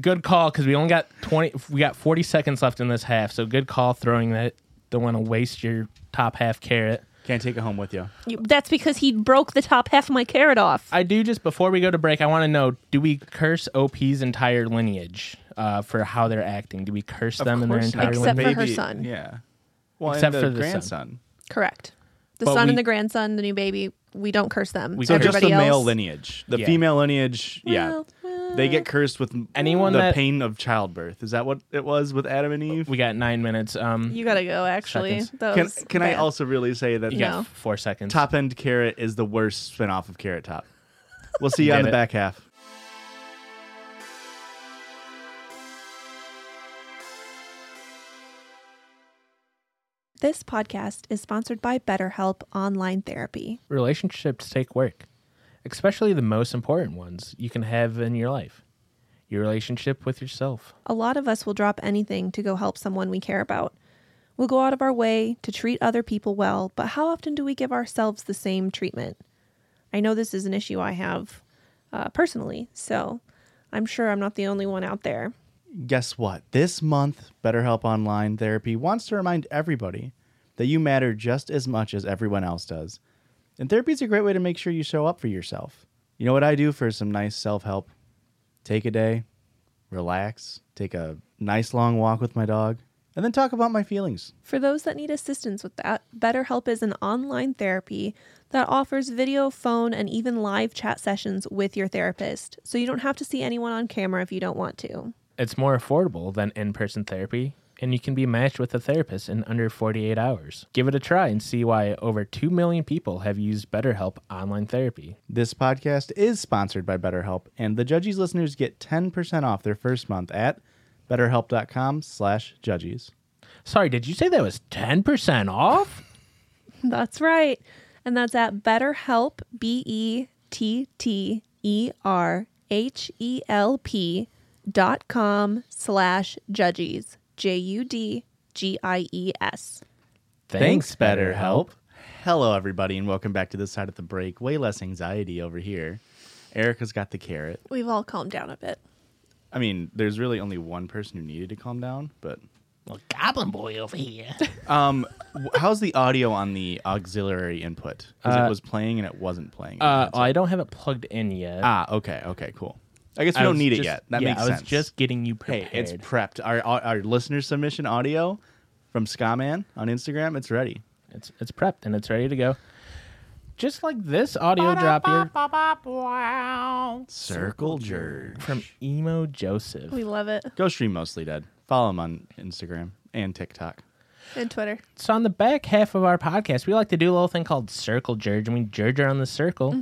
Speaker 3: Good call because we only got twenty. We got forty seconds left in this half. So good call throwing that. Don't want to waste your top half carrot.
Speaker 1: Can't take it home with you.
Speaker 2: You- That's because he broke the top half of my carrot off.
Speaker 3: I do just before we go to break. I want to know: Do we curse OP's entire lineage uh, for how they're acting? Do we curse them in their entire
Speaker 2: Except
Speaker 3: lineage?
Speaker 2: for her son.
Speaker 1: Yeah. Well,
Speaker 3: Except
Speaker 1: and the
Speaker 3: for the son.
Speaker 1: grandson.
Speaker 2: Correct. The
Speaker 3: But
Speaker 2: son and
Speaker 3: we-
Speaker 2: the grandson, the new baby, we don't curse them.
Speaker 3: We
Speaker 1: So just the
Speaker 2: Everybody else,
Speaker 1: male lineage. The
Speaker 3: Yeah.
Speaker 1: female lineage, yeah.
Speaker 2: Well, well.
Speaker 1: They get cursed with
Speaker 3: Anyone
Speaker 1: the
Speaker 3: that-
Speaker 1: pain of childbirth. Is that what it was with Adam and Eve?
Speaker 3: We got nine minutes. Um,
Speaker 2: You gotta go. Actually,
Speaker 3: Seconds.
Speaker 2: That
Speaker 1: Can,
Speaker 2: was
Speaker 1: can I
Speaker 2: bad.
Speaker 1: also really say that
Speaker 3: you
Speaker 2: Yeah.
Speaker 3: got
Speaker 2: No.
Speaker 3: f- four seconds.
Speaker 1: Top End Carrot is the worst spinoff of Carrot Top? We'll see you
Speaker 3: Did
Speaker 1: on the
Speaker 3: it.
Speaker 1: back half.
Speaker 2: This podcast is sponsored by BetterHelp Online Therapy.
Speaker 3: relationships take work, especially the most important ones you can have in your life your relationship with yourself.
Speaker 2: A lot of us will drop anything to go help someone we care about. We'll go out of our way to treat other people well, but how often do we give ourselves the same treatment? I know this is an issue I have uh, personally, so I'm sure I'm not the only one out there.
Speaker 1: Guess what? This month, BetterHelp Online Therapy wants to remind everybody that you matter just as much as everyone else does. And therapy is a great way to make sure you show up for yourself. You know what I do for some nice self help? Take a day, relax, take a nice long walk with my dog, and then talk about my feelings.
Speaker 2: For those that need assistance with that, BetterHelp is an online therapy that offers video, phone, and even live chat sessions with your therapist. So you don't have to see anyone on camera if you don't want to. [laughs]
Speaker 3: It's more affordable than in person therapy, and you can be matched with a therapist in under 48 hours. Give it a try and see why over 2 million people have used BetterHelp online therapy.
Speaker 1: This podcast is sponsored by BetterHelp, and the Judgies listeners get 10% off their first month at betterhelp.com slash judgies.
Speaker 3: Sorry, did you say that was 10% off?
Speaker 2: That's right. And that's at BetterHelp, B E T T E R H E L P dot com slash judges, J U D G I E S.
Speaker 1: Hello, everybody, and welcome back to this side of the break. Way less anxiety over here. Erica's got the carrot.
Speaker 2: We've all calmed down a bit.
Speaker 1: I mean, there's really only one person who needed to calm down, but
Speaker 4: Well, Goblin Boy over here.
Speaker 1: um, w- how's the audio on the auxiliary input? Because
Speaker 3: Uh,
Speaker 1: it was playing and it wasn't playing.
Speaker 3: Uh, well, I don't have it plugged in yet.
Speaker 1: ah, okay, okay, cool. I guess we
Speaker 3: I
Speaker 1: don't
Speaker 3: was
Speaker 1: need it
Speaker 3: just-
Speaker 1: yet. That
Speaker 3: yeah,
Speaker 1: makes
Speaker 3: I was
Speaker 1: sense.
Speaker 3: just getting you
Speaker 1: hey,
Speaker 3: prepared.
Speaker 1: it's prepped. Our, our our listener submission audio from Scaman on Instagram. It's ready.
Speaker 3: It's it's prepped and it's ready to go. Just like this audio drop here
Speaker 1: Circle jerk.
Speaker 3: from Emo Joseph.
Speaker 2: We love it.
Speaker 1: Go stream mostly dead. Follow him on Instagram and TikTok.
Speaker 2: And Twitter.
Speaker 3: So on the back half of our podcast, we like to do a little thing called circle jerge, and we jerge around the circle.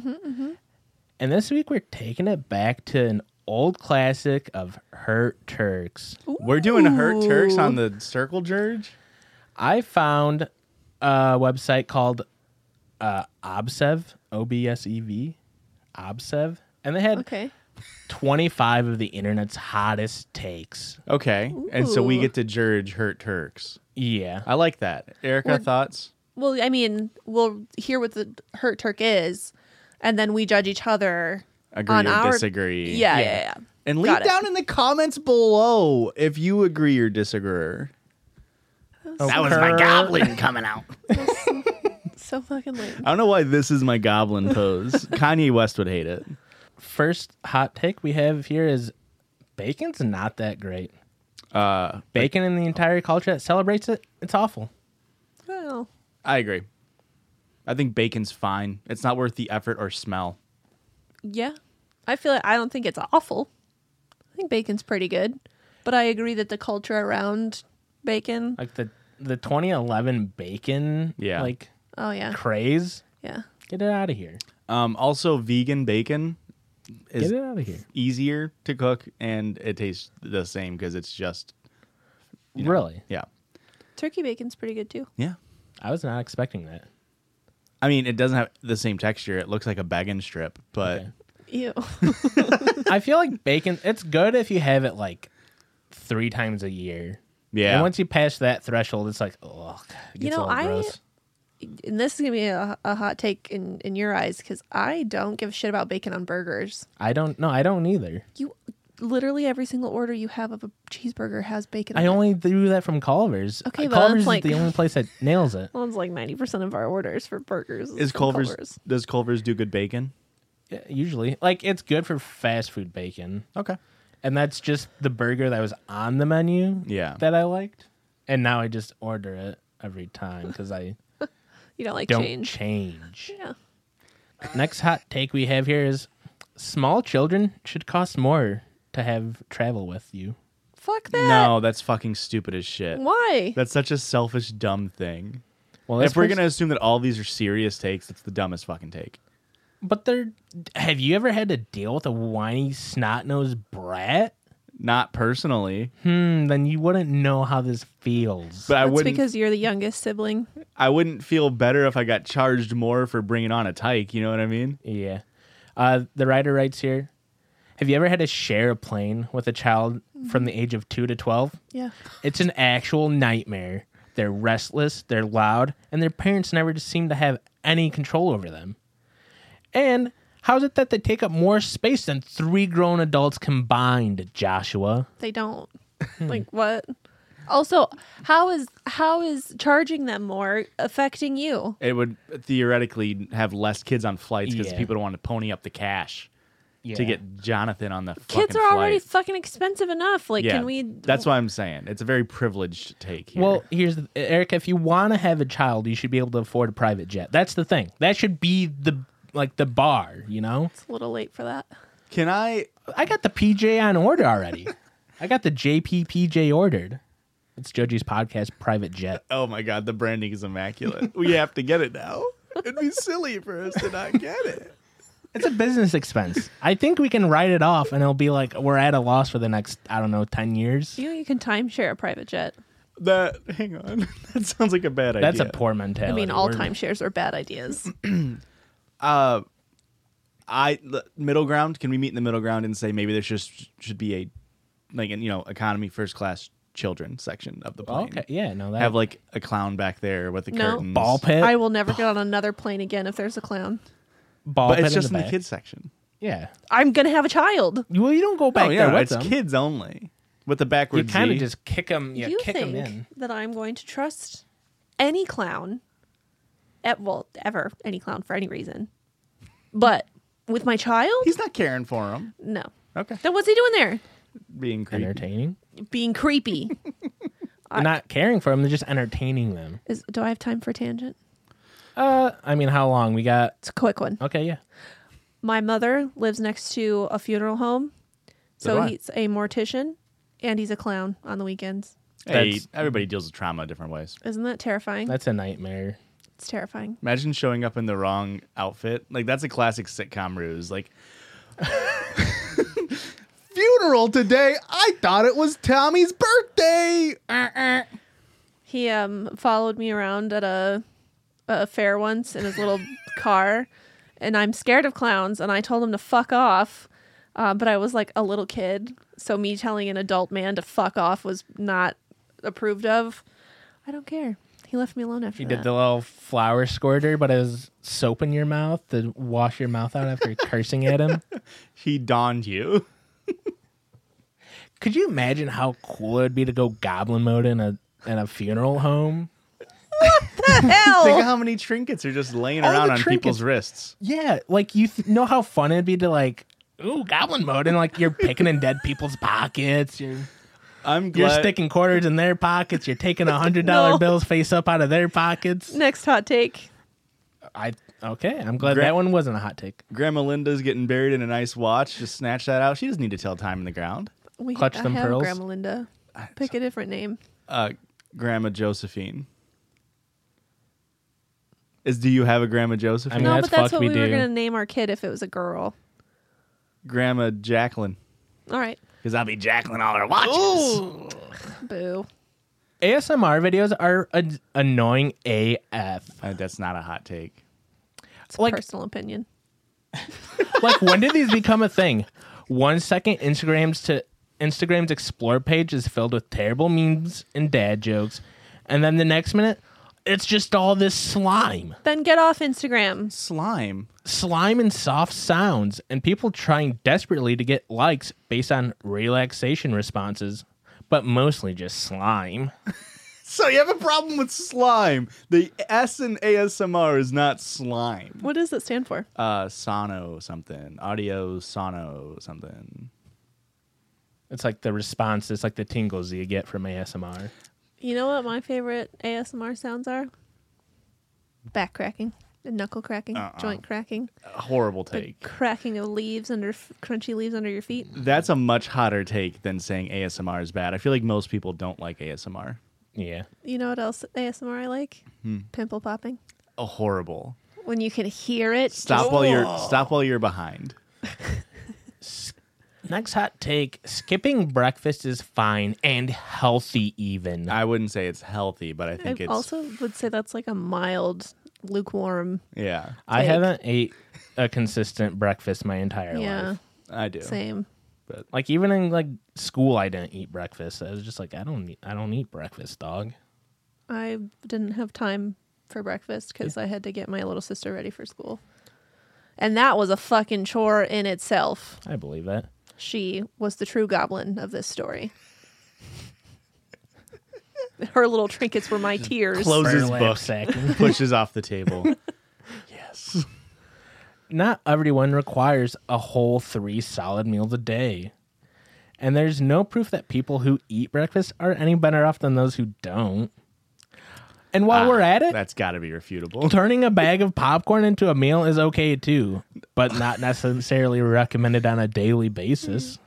Speaker 3: And this week we're taking it back to an old classic of Hurt Turks.
Speaker 1: We're doing Hurt Turks
Speaker 2: Ooh.
Speaker 1: on the Circle Jerge.
Speaker 3: I found a website called uh, Obsev, O B S E V, Obsev, and they had
Speaker 2: Okay.
Speaker 3: 25 of the internet's hottest takes.
Speaker 1: Okay. And so we
Speaker 2: Ooh.
Speaker 1: get to Jerge Hurt Turks.
Speaker 3: Yeah.
Speaker 1: I like that. Erica,
Speaker 2: We're-
Speaker 1: thoughts?
Speaker 2: Well, I mean, we'll hear what the hurt Turk is, and then we judge each other
Speaker 1: Agree
Speaker 2: on
Speaker 1: or
Speaker 2: our
Speaker 1: disagree.
Speaker 2: Yeah, yeah,
Speaker 3: Yeah.
Speaker 2: yeah.
Speaker 1: And
Speaker 2: Got
Speaker 1: leave
Speaker 2: it.
Speaker 1: down in the comments below if you agree or disagree.
Speaker 4: That was my
Speaker 3: Her-
Speaker 4: goblin coming out.
Speaker 2: So fucking lame.
Speaker 1: I don't know why this is my goblin
Speaker 2: [laughs]
Speaker 1: pose. Kanye West would hate it.
Speaker 3: First hot take we have here is bacon's not that great.
Speaker 1: Uh,
Speaker 3: Bacon in the entire culture that celebrates it, it's awful.
Speaker 2: Well,
Speaker 1: I agree. I think bacon's fine. It's not worth the effort or smell.
Speaker 2: yeah. I feel like I don't think it's awful. I think bacon's pretty good, but I agree that the culture around bacon.
Speaker 3: Like the the 2011 bacon
Speaker 1: Yeah.
Speaker 3: like
Speaker 2: Oh yeah,
Speaker 3: craze.
Speaker 2: yeah.
Speaker 3: Get it out of here.
Speaker 1: Um, also, vegan bacon
Speaker 3: Get
Speaker 1: is
Speaker 3: it out of here.
Speaker 1: easier to cook and it tastes the same because it's just
Speaker 3: Really?
Speaker 1: yeah
Speaker 2: Turkey bacon's pretty good too.
Speaker 1: yeah.
Speaker 3: I was not expecting that.
Speaker 1: I mean, it doesn't have the same texture. It looks like a bacon strip, but
Speaker 3: Okay.
Speaker 2: Ew.
Speaker 3: I feel like bacon it's good if you have it like 3 times a year.
Speaker 1: yeah.
Speaker 3: And once you pass that threshold, it's like, oh, it
Speaker 2: You
Speaker 3: gets
Speaker 2: know,
Speaker 3: all
Speaker 2: I-
Speaker 3: gross.
Speaker 2: [laughs] and this is gonna be a, a hot take in in your eyes because I don't give a shit about bacon on burgers.
Speaker 3: I don't know. I don't either.
Speaker 2: You literally every single order you have of a cheeseburger has bacon.
Speaker 3: I
Speaker 2: on it.
Speaker 3: only do that from Culver's.
Speaker 2: Okay,
Speaker 3: Uh,
Speaker 2: but I'm
Speaker 3: Culver's
Speaker 2: like- [laughs]
Speaker 3: is the only place that nails it.
Speaker 2: Well, it's like ninety percent of our orders for burgers
Speaker 1: is
Speaker 2: from
Speaker 1: Culver's, does Culver's do good bacon?
Speaker 3: Yeah, Usually, like it's good for fast food bacon,
Speaker 1: Okay.
Speaker 3: and that's just the burger that was on the menu.
Speaker 1: Yeah.
Speaker 3: that I liked, and now I just order it every time because I
Speaker 2: You don't like
Speaker 3: don't
Speaker 2: change.
Speaker 3: change.
Speaker 2: Yeah.
Speaker 3: Next hot take we have here is: small children should cost more to have travel with you.
Speaker 2: Fuck that.
Speaker 1: No, that's fucking stupid as shit.
Speaker 2: Why?
Speaker 1: That's such a selfish, dumb thing.
Speaker 3: Well,
Speaker 1: if we're gonna assume that all these are serious takes, it's the dumbest fucking take.
Speaker 3: but they're. Have you ever had to deal with a whiny snot nosed brat?
Speaker 1: Not personally,
Speaker 3: Hmm, then you wouldn't know how this feels.
Speaker 1: but I
Speaker 2: That's
Speaker 1: wouldn't.
Speaker 2: because you're the youngest sibling.
Speaker 1: I wouldn't feel better if I got charged more for bringing on a tyke. You know what I mean?
Speaker 3: Yeah. Uh, the writer writes here Have you ever had to share a plane with a child from the age of 2 to 12?
Speaker 2: Yeah.
Speaker 3: It's an actual nightmare. They're restless, they're loud, and their parents never just seem to have any control over them. And how is it that they take up more space than three grown adults combined, Joshua?
Speaker 1: [laughs]
Speaker 2: They don't. like what? Also, how is how is charging them more affecting you?
Speaker 1: It would theoretically have less kids on flights because
Speaker 3: Yeah.
Speaker 1: people don't want to pony up the cash.
Speaker 3: Yeah.
Speaker 1: to get Jonathan on the
Speaker 2: Kids
Speaker 1: fucking
Speaker 2: are already
Speaker 1: flight.
Speaker 2: fucking expensive enough. Like,
Speaker 1: yeah,
Speaker 2: can we?
Speaker 1: That's what I'm saying. It's a very privileged take here.
Speaker 3: Well, here's the, Erica. If you want to have a child, you should be able to afford a private jet. That's the thing. That should be the like the bar. You know,
Speaker 2: It's a little late for that.
Speaker 1: can I?
Speaker 3: I got the PJ on order already. I got the JP PJ ordered. It's Joji's podcast private jet.
Speaker 1: Oh my God, the branding is [laughs] immaculate. we have to get it now. It'd be silly for us to not get it.
Speaker 3: It's a business expense. I think we can write it off, and it'll be like we're at a loss for the next I don't know ten years.
Speaker 2: You know, you can timeshare a private jet.
Speaker 1: That hang on. [laughs] That sounds like a bad idea.
Speaker 3: That's a poor
Speaker 2: I
Speaker 3: mentality.
Speaker 2: mean, all
Speaker 3: We're-
Speaker 2: timeshares are
Speaker 1: [laughs]
Speaker 2: bad ideas.
Speaker 1: I the middle ground. Can we meet in the middle ground and say maybe there just should be a like an you know economy first class children section of the plane?
Speaker 3: Okay, yeah, no, that
Speaker 1: Have like a clown back there with the
Speaker 2: No.
Speaker 1: curtains.
Speaker 3: ball pit.
Speaker 2: I will never get on another plane again if there's a clown.
Speaker 3: ball
Speaker 1: But
Speaker 3: pit
Speaker 1: it's just in the,
Speaker 3: back. Oh,
Speaker 1: kids section.
Speaker 3: Yeah.
Speaker 2: I'm gonna have a child.
Speaker 3: Well, you don't go back
Speaker 1: oh yeah,
Speaker 3: there with
Speaker 1: it's
Speaker 3: them.
Speaker 1: kids only with the
Speaker 3: You
Speaker 1: backwards.
Speaker 3: kind of
Speaker 1: Z.
Speaker 3: just kick them. Yeah,
Speaker 2: you
Speaker 3: kick
Speaker 2: think
Speaker 3: them in.
Speaker 2: that I'm going to trust any clown at well ever any clown for any reason, but with my child,
Speaker 1: He's not caring for him.
Speaker 2: no.
Speaker 1: Okay,
Speaker 2: Then what's he doing there?
Speaker 1: being creepy.
Speaker 3: Entertaining.
Speaker 2: Being creepy. [laughs]
Speaker 3: Not caring for them. They're just entertaining them.
Speaker 2: Is, do I have time for a tangent?
Speaker 3: Uh, I mean, how long we got?
Speaker 2: It's a quick one.
Speaker 3: Okay, yeah.
Speaker 2: My mother lives next to a funeral home,
Speaker 1: do
Speaker 2: so
Speaker 1: I.
Speaker 2: he's a mortician and he's a clown on the weekends.
Speaker 1: Hey,
Speaker 3: That's-
Speaker 1: everybody deals with trauma different ways.
Speaker 2: Isn't that terrifying?
Speaker 3: That's a nightmare.
Speaker 2: it's terrifying.
Speaker 1: Imagine showing up in the wrong outfit. Like that's a classic sitcom ruse. Like [laughs] funeral today. I thought it was Tommy's birthday. Uh-uh.
Speaker 2: He um followed me around at a a fair once in his little car, and I'm scared of clowns. And I told him to fuck off, uh, but I was like a little kid, so me telling an adult man to fuck off was not approved of. I don't care. He left me alone after
Speaker 3: You
Speaker 2: that.
Speaker 3: did the little flower squirter, but it was soap in your mouth to wash your mouth out [laughs] after cursing at him.
Speaker 1: He donned you.
Speaker 3: Could you imagine how cool it would be to go goblin mode in a in a funeral home?
Speaker 2: [laughs]
Speaker 1: Think of
Speaker 2: hell.
Speaker 1: how many trinkets are just laying
Speaker 3: All
Speaker 1: around
Speaker 3: the
Speaker 1: on
Speaker 3: trinkets.
Speaker 1: people's wrists.
Speaker 3: Yeah, like you th- know how fun it'd be to like, ooh, goblin mode, and like you're picking in dead people's pockets. You're
Speaker 1: I'm glad.
Speaker 3: you're sticking quarters in their pockets. You're taking a [laughs] hundred dollar
Speaker 2: No.
Speaker 3: bills face up out of their pockets.
Speaker 2: Next hot take.
Speaker 3: I okay. I'm glad
Speaker 1: Gra-
Speaker 3: that one wasn't a hot take.
Speaker 1: Grandma Linda's getting buried in a nice watch. Just snatch that out. She doesn't need to tell time in the ground.
Speaker 2: We
Speaker 3: Clutch
Speaker 2: I
Speaker 3: them
Speaker 2: have
Speaker 3: pearls.
Speaker 2: Grandma Linda. Pick a different name.
Speaker 1: Uh, Grandma Josephine. Is do you have a Grandma Josephine?
Speaker 3: I mean,
Speaker 2: no,
Speaker 3: that's
Speaker 2: but that's
Speaker 3: fucked
Speaker 2: what
Speaker 3: we
Speaker 2: we, were
Speaker 3: do.
Speaker 2: gonna name our kid if it was a girl.
Speaker 1: Grandma Jacqueline.
Speaker 2: All right.
Speaker 1: Because I'll be Jacqueline all her watches.
Speaker 2: Boo.
Speaker 3: ASMR videos are an- annoying AF.
Speaker 1: Uh, that's not a hot take.
Speaker 2: It's
Speaker 3: Like-
Speaker 2: a personal opinion.
Speaker 3: Like when did these become a thing? One second Instagram's to Instagram's explore page is filled with terrible memes and dad jokes, and then the next minute it's just all this slime.
Speaker 2: Then get off Instagram.
Speaker 1: Slime.
Speaker 3: Slime and soft sounds and people trying desperately to get likes based on relaxation responses, but mostly just slime.
Speaker 1: So you have a problem with slime. The S in ASMR is not slime.
Speaker 2: What does it stand for?
Speaker 1: Uh, sono something. Audio sono something.
Speaker 3: It's like the response, it's like the tingles you get from ASMR.
Speaker 2: You know what my favorite ASMR sounds are? Back cracking, and knuckle cracking,
Speaker 1: Uh-uh.
Speaker 2: joint cracking,
Speaker 1: A horrible
Speaker 2: the
Speaker 1: take.
Speaker 2: cracking of leaves under crunchy leaves under your feet.
Speaker 1: That's a much hotter take than saying ASMR is bad. I feel like most people don't like ASMR.
Speaker 3: Yeah.
Speaker 2: You know what else ASMR I like?
Speaker 1: Hmm.
Speaker 2: Pimple popping.
Speaker 1: A horrible.
Speaker 2: When you can hear it. Oh.
Speaker 1: Stop while you're stop while you're behind.
Speaker 3: Next hot take skipping breakfast is fine and healthy, even.
Speaker 1: I wouldn't say it's healthy, but I
Speaker 2: I
Speaker 1: think it's
Speaker 2: also would say that's like a mild, lukewarm.
Speaker 1: yeah.
Speaker 3: I
Speaker 2: take.
Speaker 3: haven't ate a consistent breakfast my entire
Speaker 2: Yeah,
Speaker 3: life.
Speaker 1: I do.
Speaker 2: same.
Speaker 3: Like even in like school, I didn't eat breakfast. I was just like, I don't, eat, I don't eat breakfast, dog.
Speaker 2: I didn't have time for breakfast because I had to get my little sister ready for school. And that was a fucking chore in itself.
Speaker 3: I believe that.
Speaker 2: She was the true goblin of this story. Her little trinkets were my tears.
Speaker 1: Closes
Speaker 3: Burlap
Speaker 1: book,
Speaker 3: sacking.
Speaker 1: pushes off the table. yes.
Speaker 3: [laughs] not everyone requires a whole three solid meals a day. And there's no proof that people who eat breakfast are any better off than those who don't. And while we're at it,
Speaker 1: Ah, That's got to be refutable.
Speaker 3: turning a bag of popcorn into a meal is okay too, but not necessarily recommended on a daily basis.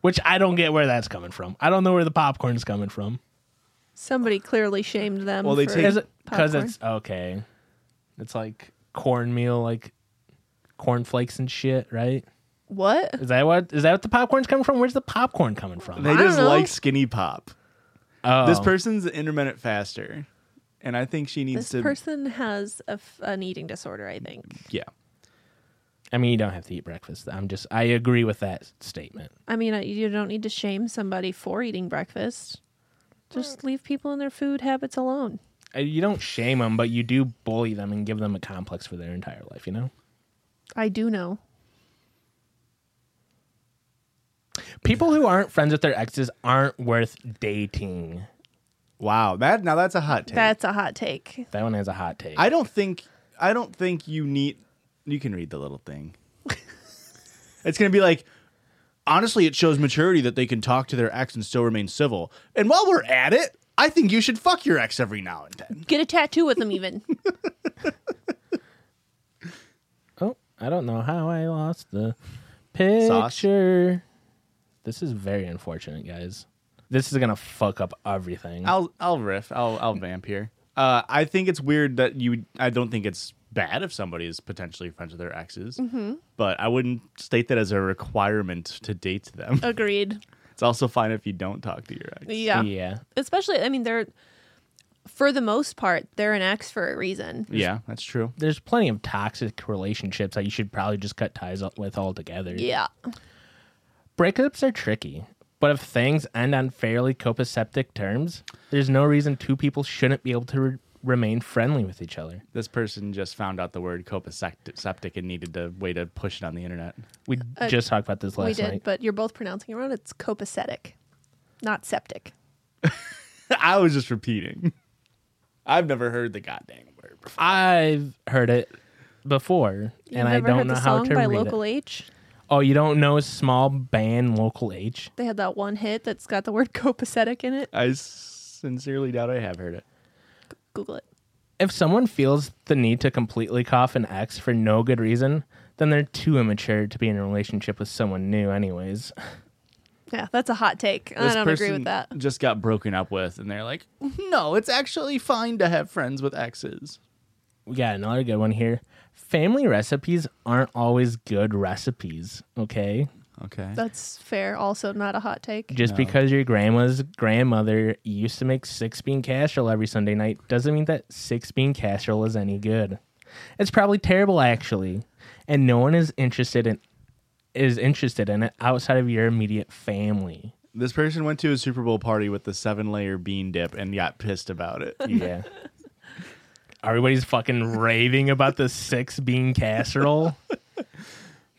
Speaker 3: Which I don't get where that's coming from. I don't know where the popcorn's coming from.
Speaker 2: Somebody clearly shamed them.
Speaker 1: Well, they
Speaker 2: for
Speaker 1: take-
Speaker 3: Is it because
Speaker 2: popcorn.
Speaker 3: it's okay? It's like cornmeal, like cornflakes and shit, right?
Speaker 2: what?
Speaker 3: Is that what is that what the popcorn's coming from? Where's the popcorn coming from?
Speaker 1: They
Speaker 2: I don't
Speaker 1: just
Speaker 2: know.
Speaker 1: like skinny pop.
Speaker 3: oh.
Speaker 1: This person's an intermittent faster, and I think she needs
Speaker 2: This
Speaker 1: to.
Speaker 2: person has a f- an eating disorder. I think.
Speaker 1: yeah,
Speaker 3: I mean, you don't have to eat breakfast. I'm just I agree with that statement.
Speaker 2: I mean, I- you don't need to shame somebody for eating breakfast. Just leave people and their food habits alone.
Speaker 3: Uh, You don't shame them, but you do bully them and give them a complex for their entire life. You know.
Speaker 2: I do know.
Speaker 3: People who aren't friends with their exes aren't worth dating.
Speaker 1: wow. That now that's a hot take.
Speaker 2: That's a hot take.
Speaker 3: That one has a hot take.
Speaker 1: I don't think I don't think you need. You can read the little
Speaker 2: [laughs]
Speaker 1: thing. it's gonna be like. Honestly, it shows maturity that they can talk to their ex and still remain civil. And while we're at it, I think you should fuck your ex every now and then.
Speaker 2: Get a tattoo with
Speaker 1: [laughs]
Speaker 2: them, even.
Speaker 3: oh, I don't know how I lost the picture. This is very unfortunate, guys. This is gonna fuck up everything.
Speaker 2: Oh,
Speaker 1: I'll I'll riff. I'll I'll vamp here. Uh, I think it's weird that you. I don't think it's bad if somebody is potentially friends with their exes, but I wouldn't state that as a requirement to date them. [laughs]
Speaker 2: Agreed.
Speaker 1: It's also fine if you don't talk to your ex.
Speaker 2: Yeah.
Speaker 3: yeah.
Speaker 2: Especially, I mean, they're for the most part they're an ex for a reason.
Speaker 1: Yeah, that's true.
Speaker 3: There's plenty of toxic relationships that you should probably just cut ties up with altogether.
Speaker 2: Yeah.
Speaker 3: Breakups are tricky, but if things end on fairly copacetic terms, there's no reason two people shouldn't be able to re- remain friendly with each other.
Speaker 1: This person just found out the word copacetic and needed a way to push it on the internet. [laughs]
Speaker 3: We just talked about this last
Speaker 2: Uh, we did,
Speaker 3: night.
Speaker 2: but you're both pronouncing it wrong. It's copacetic, not septic.
Speaker 1: I was just repeating. [laughs] I've never heard the goddamn word before.
Speaker 3: I've heard it before,
Speaker 2: You've
Speaker 3: and I
Speaker 2: never
Speaker 3: don't
Speaker 2: heard
Speaker 3: know
Speaker 2: the
Speaker 3: how
Speaker 2: song
Speaker 3: to
Speaker 2: by
Speaker 3: read
Speaker 2: Local
Speaker 3: it.
Speaker 2: H.
Speaker 3: Oh, you don't know small band local H?
Speaker 2: They had that one hit that's got the word [laughs] copacetic in it.
Speaker 1: I sincerely doubt I have heard it.
Speaker 2: Google it.
Speaker 3: If someone feels the need to completely cough an ex for no good reason, then they're too immature to be in a relationship with someone new, anyways.
Speaker 2: Yeah, that's a hot take. I
Speaker 1: This
Speaker 2: don't agree
Speaker 1: person
Speaker 2: with that.
Speaker 1: Just got broken up with, and they're like, "No, it's actually fine to have friends with exes."
Speaker 3: We got another good one here. Family recipes aren't always good recipes, okay?
Speaker 1: Okay.
Speaker 2: That's fair. Also, not a hot take.
Speaker 3: Just because your grandma's grandmother used to make six bean casserole every Sunday night doesn't mean that six bean casserole is any good. It's probably terrible actually, and no one is interested in is interested in it outside of your immediate family.
Speaker 1: This person went to a Super Bowl party with the seven-layer bean dip and got pissed about it.
Speaker 3: Yeah. [laughs] Everybody's fucking raving about the six bean casserole.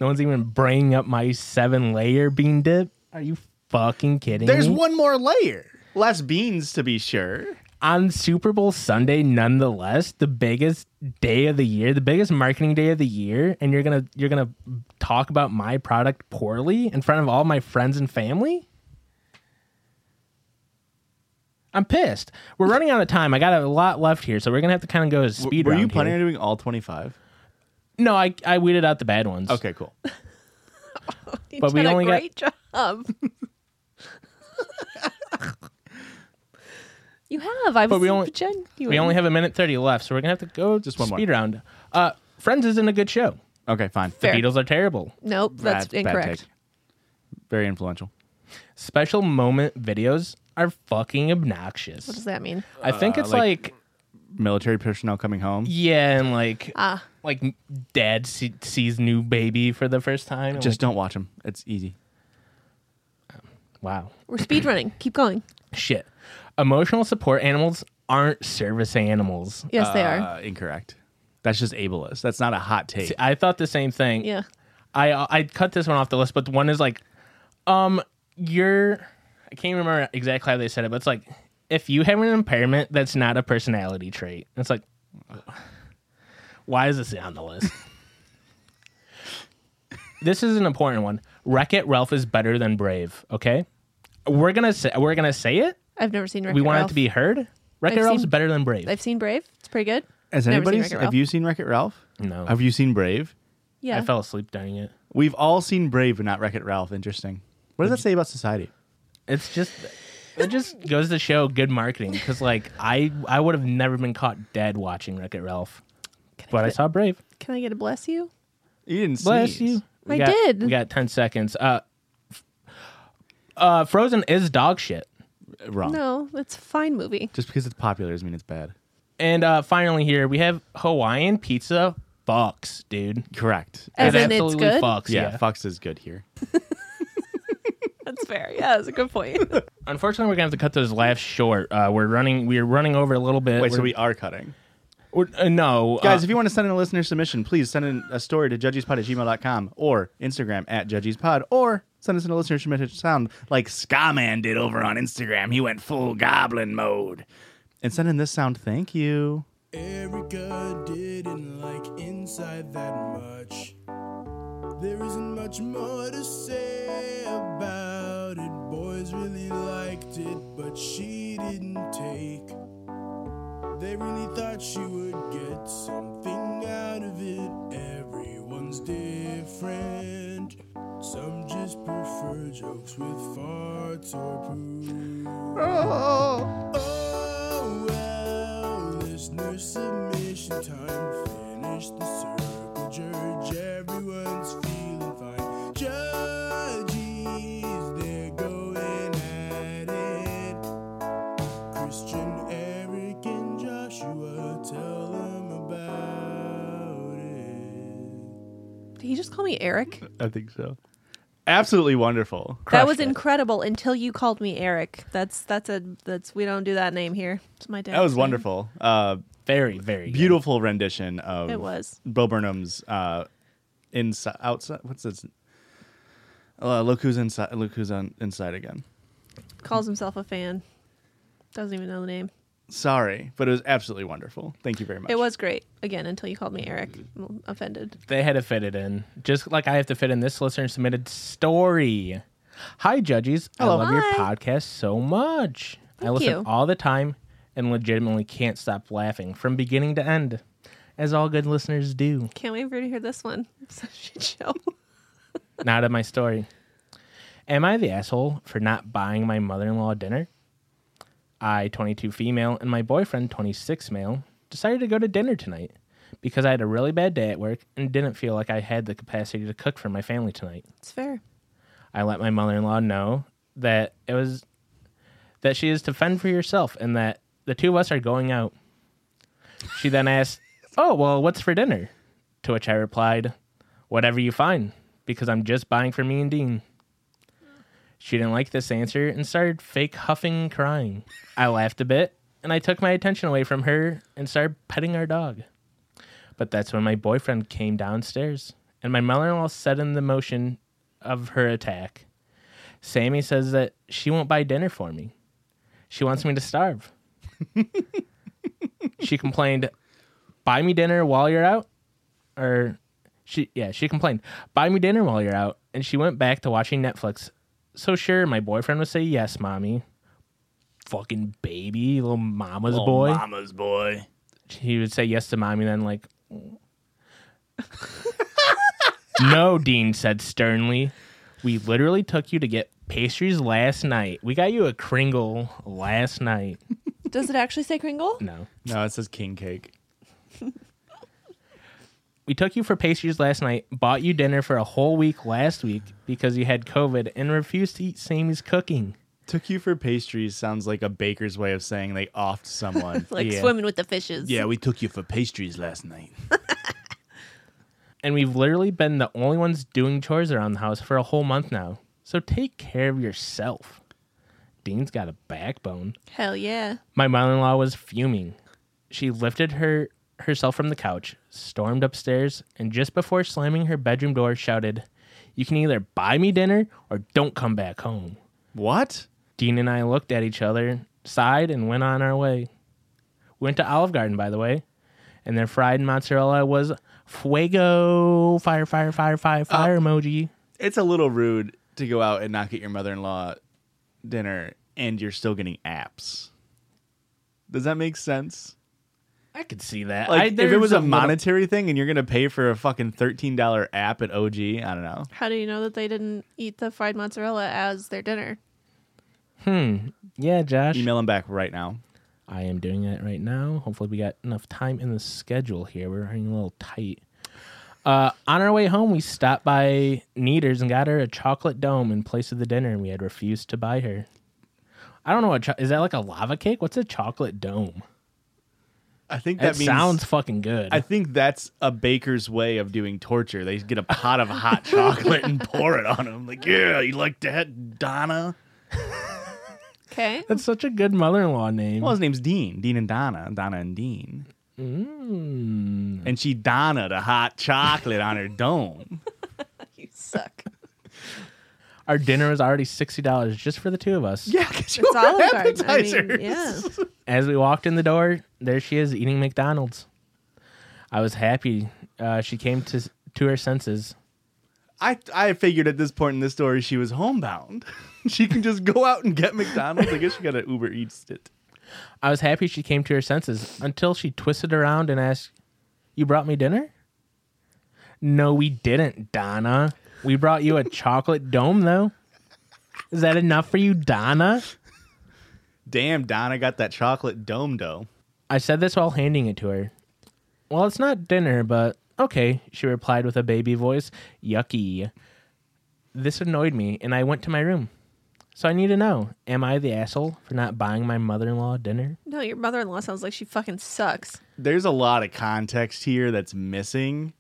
Speaker 3: no one's even bringing up my seven layer bean dip. Are you fucking
Speaker 1: [laughs]
Speaker 3: kidding
Speaker 1: There's
Speaker 3: me?
Speaker 1: one more layer, less beans to be sure.
Speaker 3: on Super Bowl Sunday, nonetheless, the biggest day of the year, the biggest marketing day of the year, and you're gonna you're gonna talk about my product poorly in front of all my friends and family. I'm pissed.
Speaker 1: [laughs]
Speaker 3: We're running out of time. I got a lot left here, so we're gonna have to kind of go as
Speaker 1: W-
Speaker 3: speed.
Speaker 1: Were
Speaker 3: round
Speaker 1: you
Speaker 3: here.
Speaker 1: planning on doing all 25?
Speaker 3: No, I I weeded out the bad ones.
Speaker 1: Okay, cool.
Speaker 2: You
Speaker 3: but we
Speaker 2: did a
Speaker 3: only got-
Speaker 2: great
Speaker 3: [laughs]
Speaker 2: job. you have. I've
Speaker 3: But we only-
Speaker 2: genuine.
Speaker 3: We only have a minute thirty left, so we're gonna have to go
Speaker 1: Just one more.
Speaker 3: speed round. Uh, Friends isn't a good show.
Speaker 1: Okay, fine.
Speaker 2: Fair.
Speaker 3: The Beatles are terrible.
Speaker 2: Nope, that's
Speaker 1: Bad- bad
Speaker 2: incorrect.
Speaker 1: take. Very influential.
Speaker 3: Special moment videos are fucking obnoxious.
Speaker 2: What does that mean?
Speaker 3: I think it's
Speaker 1: Uh, like-
Speaker 3: like,
Speaker 1: Military personnel coming home.
Speaker 3: yeah, and like
Speaker 2: Ah.
Speaker 3: like dad see, sees new baby for the first time. and
Speaker 1: Just don't watch them. It's easy.
Speaker 3: like, wow,
Speaker 2: We're speed running. Keep going.
Speaker 3: shit. Emotional support animals aren't service animals.
Speaker 2: Yes, they are.
Speaker 1: Uh, incorrect. That's just ableist. That's not a hot take.
Speaker 3: I thought the same thing.
Speaker 2: Yeah.
Speaker 3: I I cut this one off the list, but one is like, um, you're I can't remember exactly how they said it, but it's like if you have an impairment, that's not a [sighs] personality trait. It's like, why is this on the list? [laughs] this is an important one. Wreck It Ralph is better than Brave. Okay, we're gonna say we're gonna say it.
Speaker 2: I've never seen Wreck-It
Speaker 3: We want
Speaker 2: Ralph.
Speaker 3: it to be heard. Wreck It
Speaker 2: I've
Speaker 3: Ralph's
Speaker 2: seen-
Speaker 3: better than Brave.
Speaker 2: I've seen Brave. It's pretty good.
Speaker 1: Has
Speaker 2: Never seen
Speaker 1: anybody?
Speaker 2: Wreck-It
Speaker 1: Have you seen Wreck It Ralph?
Speaker 3: no,
Speaker 1: Have you seen Brave?
Speaker 2: Yeah.
Speaker 3: I fell asleep during it.
Speaker 1: We've all seen Brave, but not Wreck It Ralph. Interesting. What does that say about society?
Speaker 3: It's just it just goes to show good marketing because like I I would have never been caught dead watching Wreck It Ralph, but I saw Brave.
Speaker 2: Can I get a bless you?
Speaker 1: You didn't
Speaker 3: Bless
Speaker 1: sneeze.
Speaker 3: you. We
Speaker 2: I
Speaker 3: got-
Speaker 2: did.
Speaker 3: We got ten seconds. Uh, f- uh, Frozen is dog shit.
Speaker 1: Wrong.
Speaker 2: No, it's a fine movie.
Speaker 1: Just because it's popular doesn't mean it's bad.
Speaker 3: And uh, finally, here we have Hawaiian pizza. Fucks, dude.
Speaker 1: Correct.
Speaker 2: As
Speaker 3: It
Speaker 2: in it's
Speaker 3: absolutely
Speaker 2: good?
Speaker 3: Fucks,
Speaker 1: yeah,
Speaker 3: yeah.
Speaker 1: Fox is good here.
Speaker 2: [laughs] That's fair. Yeah, that's a good point.
Speaker 3: Unfortunately, we're gonna have to cut those laughs short. Uh, we're running. We're running over a little bit.
Speaker 1: Wait,
Speaker 3: we're,
Speaker 1: so we are cutting.
Speaker 3: We're, uh, no,
Speaker 1: Guys,
Speaker 3: uh,
Speaker 1: if you want to send in a listener submission, please send in a story to judgespod at gmail.com or Instagram at judgespod or send us in a listener submission sound like Ska Man did over on Instagram. He went full goblin mode. And send in this sound, thank you.
Speaker 5: Erica didn't like inside that much. There isn't much more to say about it. Boys really liked it, but she didn't take. They really thought she would get something out of it. Everyone's different. Some just prefer jokes with farts or poo. Oh well, listener submission time. Finish the circle judge. Everyone's feeling fine. Judges, they're going at it. Christian, Eric, and Joshua, tell them about it.
Speaker 2: Did [laughs] he just call me Eric?
Speaker 1: I think so. Absolutely wonderful.
Speaker 2: that
Speaker 3: crushed
Speaker 2: was
Speaker 3: it.
Speaker 2: incredible until you called me Eric. That's that's a that's we don't do that name here. It's my dad.
Speaker 1: That was wonderful. Uh,
Speaker 3: very, very good.
Speaker 1: beautiful rendition of
Speaker 2: It was.
Speaker 1: Bo Burnham's uh, inside outside. What's this? Uh, look who's inside. Look who's on inside again.
Speaker 2: Calls himself a fan. Doesn't even know the name.
Speaker 1: Sorry, but it was absolutely wonderful. Thank you very much.
Speaker 2: It was great. Again, until you called me Eric. I'm offended.
Speaker 3: They had to fit it in, just like I have to fit in this listener submitted story. Hi, judges. I love your
Speaker 2: Hi.
Speaker 3: podcast so much. I listen
Speaker 2: you.
Speaker 3: all the time and legitimately can't stop laughing from beginning to end, as all good
Speaker 2: [laughs]
Speaker 3: listeners do.
Speaker 2: Can't wait for you to hear this one. [laughs] It's a shit show.
Speaker 3: Not of my story. Am I the asshole for not buying my mother in law dinner? I, 22 female, and my boyfriend, 26 male, decided to go to dinner tonight because I had a really bad day at work and didn't feel like I had the capacity to cook for my family tonight.
Speaker 2: It's fair.
Speaker 3: I let my mother-in-law know that it was that she is to fend for herself and that the two of us are going out. She then asked, "Oh, well, what's for dinner?" To which I replied, "Whatever you find, because I'm just buying for me and Dean." She didn't like this answer and started fake huffing and crying. I laughed a bit and I took my attention away from her and started petting our dog. But that's when my boyfriend came downstairs, and my mother in law said in the motion of her attack, Sammy says that she won't buy dinner for me. She wants me to starve. she complained, Buy me dinner while you're out. Or she, yeah, she complained, Buy me dinner while you're out. And she went back to watching Netflix. So sure, my boyfriend would say, Yes, mommy. Fucking baby, little mama's boy
Speaker 4: Mama's boy.
Speaker 3: he would say yes to mommy, then like, [laughs] no, Dean said sternly. We literally took you to get pastries last night. We got you a Kringle last night.
Speaker 2: Does it actually
Speaker 1: [laughs]
Speaker 2: say Kringle?
Speaker 3: No.
Speaker 1: no, it says king cake.
Speaker 3: We took you for pastries last night, bought you dinner for a whole week last week because you had COVID and refused to eat Sammy's cooking.
Speaker 1: Took you for pastries sounds like a baker's way of saying they offed someone.
Speaker 2: [laughs] Like
Speaker 3: Yeah.
Speaker 2: swimming with the fishes.
Speaker 4: Yeah, we took you for pastries last night.
Speaker 3: And we've literally been the only ones doing chores around the house for a whole month now. So take care of yourself. Dean's got a backbone.
Speaker 2: Hell yeah.
Speaker 3: My mother-in-law was fuming. She lifted her herself from the couch, stormed upstairs, and just before slamming her bedroom door, shouted, "You can either buy me dinner or don't come back home."
Speaker 1: what?
Speaker 3: Dean and I looked at each other, sighed, and went on our way. Went to Olive Garden, by the way, and their fried mozzarella was fuego, fire, fire, fire, fire, fire emoji.
Speaker 1: It's a little rude to go out and not get your mother in law dinner and you're still getting apps. Does that make sense?
Speaker 3: I could see that. I,
Speaker 1: Like, if it
Speaker 3: there's
Speaker 1: was a,
Speaker 3: little-
Speaker 1: monetary thing and you're going to pay for a fucking $13 app at OG, I don't know.
Speaker 2: How do you know that they didn't eat the fried mozzarella as their dinner?
Speaker 3: yeah, Josh.
Speaker 1: Email him back right now.
Speaker 3: I am doing it right now. Hopefully, we got enough time in the schedule here. We're running a little tight. Uh, on our way home, we stopped by Neater's and got her a chocolate dome in place of the dinner we had refused to buy her. I don't know what cho- is that like a lava cake? What's a chocolate dome?
Speaker 1: I think
Speaker 3: That
Speaker 1: that means
Speaker 3: sounds fucking good.
Speaker 1: I think that's a baker's way of doing torture. They get a pot of
Speaker 3: [laughs]
Speaker 1: hot chocolate and pour it on them. Like, yeah, you like that, Donna?
Speaker 2: Okay.
Speaker 3: That's such a good mother-in-law name.
Speaker 1: Well, his name's Dean. Dean and Donna. Donna and Dean. And she Donna the hot chocolate on her dome.
Speaker 2: you suck.
Speaker 3: Our dinner was already sixty dollars just for the two of
Speaker 1: [laughs]
Speaker 3: us.
Speaker 1: Yeah, because you
Speaker 2: It's
Speaker 1: were
Speaker 2: Olive Garden. I mean,
Speaker 1: appetizers.
Speaker 2: yeah.
Speaker 3: As we walked in the door, there she is eating McDonald's. I was happy. Uh, she came to to her senses.
Speaker 1: I, I figured at this point in this story she was homebound. [laughs] she can just go out and get McDonald's. I guess she got an Uber Eats it.
Speaker 3: I was happy she came to her senses until she twisted around and asked, "You brought me dinner?" No, we didn't, Donna. We brought you
Speaker 1: [laughs]
Speaker 3: a chocolate dome, though. Is that enough for you, Donna?
Speaker 1: Damn, Donna got that chocolate dome dough.
Speaker 3: I said this while handing it to her. Well, it's not dinner, but okay, she replied with a baby voice. Yucky. This annoyed me, and I went to my room. So I need to know Am I the asshole for not buying my mother in law dinner?
Speaker 2: No, your mother in law sounds like she fucking sucks.
Speaker 1: there's a lot of context here that's missing.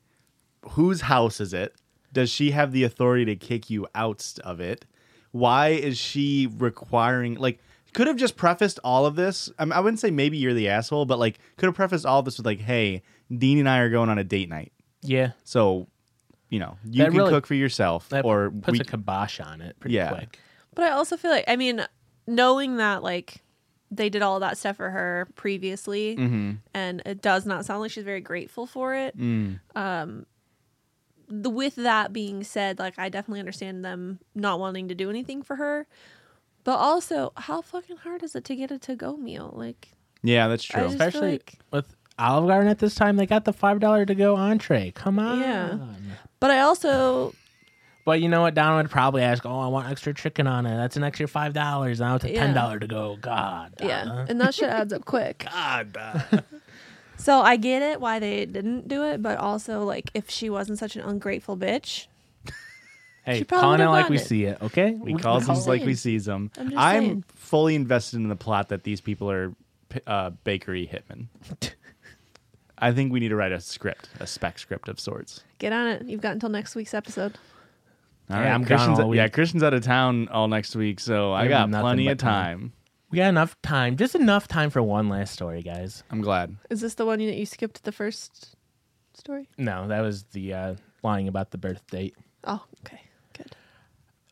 Speaker 1: Whose house is it? Does she have the authority to kick you out of it? Why is she requiring like could have just prefaced all of this? I, mean, I wouldn't say maybe you're the asshole, but like could have prefaced all of this with like, "Hey, Dean and I are going on a date night,
Speaker 3: Yeah.
Speaker 1: so you know you
Speaker 3: That
Speaker 1: can
Speaker 3: really-
Speaker 1: cook for yourself,
Speaker 3: That
Speaker 1: or
Speaker 3: puts
Speaker 1: we,
Speaker 3: a kibosh on it pretty
Speaker 1: Yeah.
Speaker 3: quick.
Speaker 2: But I also feel like, I mean, knowing that, like, they did all that stuff for her previously, and it does not sound like she's very grateful for it. Um, the, with that being said, like, I definitely understand them not wanting to do anything for her. But also, how fucking hard is it to get a to go meal? Like,
Speaker 1: yeah, that's
Speaker 2: I
Speaker 1: true.
Speaker 2: just- feel
Speaker 3: Especially
Speaker 2: like-
Speaker 3: with Olive Garden at this time, they got the $5 to go entree. Come on.
Speaker 2: yeah. But I also,
Speaker 3: But you know what? Don would probably ask, Oh, I want extra chicken on it. That's an extra $5. Now it's a
Speaker 2: Yeah.
Speaker 3: $10 to go. God.
Speaker 2: yeah,
Speaker 3: Donna.
Speaker 2: and that shit adds up
Speaker 3: [laughs]
Speaker 2: quick.
Speaker 3: Ah,
Speaker 1: God, uh,
Speaker 2: So I get it why they didn't do it, but also like if she wasn't such an ungrateful bitch,
Speaker 3: Hey,
Speaker 2: She probably
Speaker 3: calling it
Speaker 2: would've
Speaker 3: like we
Speaker 2: gotten it.
Speaker 3: see it, okay?
Speaker 1: We call them
Speaker 2: just
Speaker 1: like we
Speaker 2: saying.
Speaker 1: see them.
Speaker 2: I'm just
Speaker 1: I'm
Speaker 2: saying.
Speaker 1: fully invested in the plot that these people are p- uh, bakery hitmen. I think we need to write a script, a spec script of sorts.
Speaker 2: get on it. You've got until next week's episode.
Speaker 1: All
Speaker 3: Yeah, I'm gone
Speaker 1: Christian's
Speaker 3: all
Speaker 1: yeah,
Speaker 3: week.
Speaker 1: Christian's out of town all next week, so I
Speaker 3: There'll
Speaker 1: got
Speaker 3: be nothing
Speaker 1: plenty
Speaker 3: but
Speaker 1: of
Speaker 3: time.
Speaker 1: time.
Speaker 3: We got enough time, just enough time for one last story, guys.
Speaker 1: I'm glad.
Speaker 2: Is this the one that you skipped the first story?
Speaker 3: No, that was the uh, lying about the birth date.
Speaker 2: Oh, okay, good.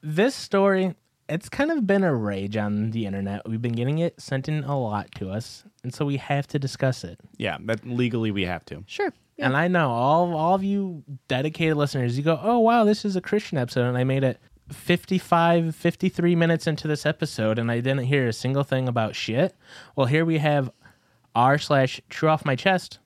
Speaker 3: This story, it's kind of been a rage on the internet. We've been getting it sent in a lot to us, and so we have to discuss it.
Speaker 1: Yeah, that legally we have to.
Speaker 2: Sure. Yeah.
Speaker 3: And I know all all of you dedicated listeners, you go, "Oh wow, this is a Christian episode and I made it 55 53 minutes into this episode and I didn't hear a single thing about shit." Well, here we have r slash true off my chest.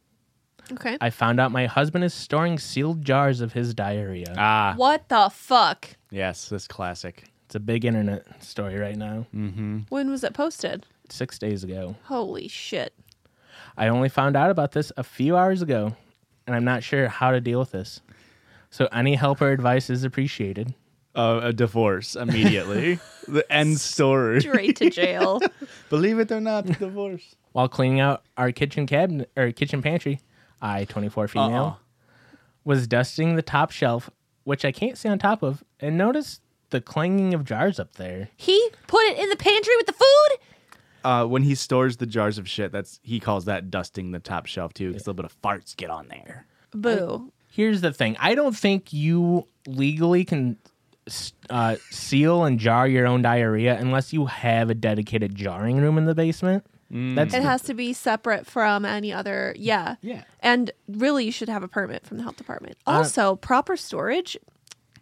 Speaker 2: okay.
Speaker 3: I found out my husband is storing sealed jars of his diarrhea.
Speaker 1: Ah,
Speaker 2: what the fuck?
Speaker 1: yes, this classic.
Speaker 3: It's a big internet story right now.
Speaker 2: When was it posted?
Speaker 3: 6 days ago.
Speaker 2: Holy shit.
Speaker 3: I only found out about this a few hours ago, and I'm not sure how to deal with this. So any help or advice is appreciated.
Speaker 1: Uh, a divorce immediately. the end story.
Speaker 2: Straight to
Speaker 3: [laughs]
Speaker 2: jail.
Speaker 1: Believe it or not, divorce.
Speaker 3: while cleaning out our kitchen cabinet or kitchen pantry, I, 24 female,
Speaker 1: Uh-oh.
Speaker 3: was dusting the top shelf, which I can't see on top of, and noticed the clanging of jars up there.
Speaker 2: he put it in the pantry with the food.
Speaker 1: Uh, when he stores the jars of shit, that's he calls that dusting the top shelf too, because a little bit of farts get on there.
Speaker 2: Boo.
Speaker 3: Here's the thing I don't think you legally can s- uh, seal and jar your own diarrhea unless you have a dedicated jarring room in the basement.
Speaker 1: Mm.
Speaker 3: That's
Speaker 2: It
Speaker 3: the-
Speaker 2: has to be separate from any other. Yeah.
Speaker 3: Yeah. Uh,
Speaker 2: And really, you should have a permit from the health department. Also, proper storage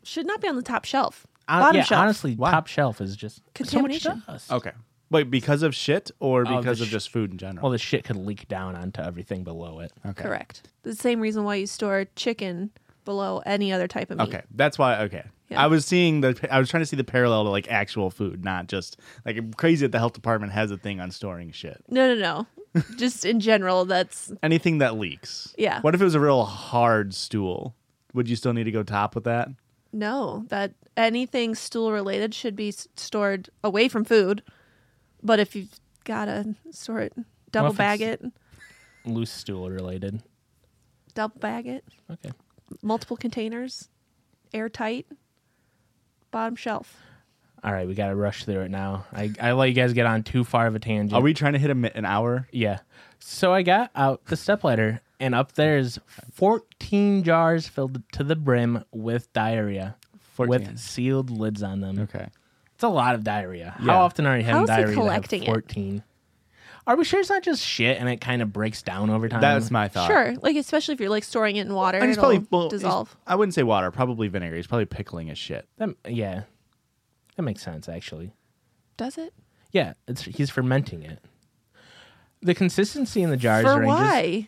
Speaker 2: should not be on the top shelf.
Speaker 3: hon-
Speaker 2: Bottom
Speaker 3: Uh, yeah,
Speaker 2: shelf.
Speaker 3: Honestly, top shelf is just So
Speaker 2: Contamination.
Speaker 3: much dust.
Speaker 1: Okay. Wait, because of shit or
Speaker 3: the
Speaker 1: because of
Speaker 3: sh-
Speaker 1: just food in general?
Speaker 3: Well, the shit could leak down onto everything below it.
Speaker 1: okay.
Speaker 2: Correct. The same reason why you store chicken below any other type of meat.
Speaker 1: Okay, that's why. Okay,
Speaker 2: Yeah.
Speaker 1: I was seeing the. I was trying to see the parallel to like actual food, not just like I'm crazy that the health department has a thing on storing shit.
Speaker 2: No, no,
Speaker 3: [laughs]
Speaker 2: no. Just in general, that's
Speaker 1: Anything that leaks.
Speaker 2: Yeah.
Speaker 1: What if it was a real hard stool? Would you still need to go top with that?
Speaker 2: no. That anything stool related should be s- stored away from food. But if you've got to store it, double
Speaker 3: Well, if
Speaker 2: bag it,
Speaker 3: it's- Loose stool related.
Speaker 2: double bag it,
Speaker 3: Okay.
Speaker 2: multiple containers, airtight, bottom shelf.
Speaker 3: All right, we got to rush through it now. I, I let you guys get on too far of a tangent.
Speaker 1: Are we trying to hit a, mi- an hour?
Speaker 3: Yeah. So I got out the stepladder, and up there is 14 jars filled to the brim with diarrhea,
Speaker 1: 14.
Speaker 3: with sealed lids on them.
Speaker 1: Okay.
Speaker 3: It's a lot of diarrhea.
Speaker 1: Yeah.
Speaker 3: How often are you having
Speaker 2: How is he
Speaker 3: diarrhea? to have
Speaker 2: collecting it?
Speaker 3: 14. Are we sure it's not just shit and it kind of breaks down over time?
Speaker 1: That's my thought.
Speaker 2: Sure, like especially if you're like storing it in water,
Speaker 1: And it's
Speaker 2: it'll
Speaker 1: probably well, he's-
Speaker 2: dissolve.
Speaker 1: I wouldn't say water. Probably vinegar. He's probably pickling his shit.
Speaker 3: That- yeah. That makes sense, actually.
Speaker 2: Does it?
Speaker 3: Yeah, it's he's fermenting it. The consistency in the jars
Speaker 2: For
Speaker 3: ranges
Speaker 2: why?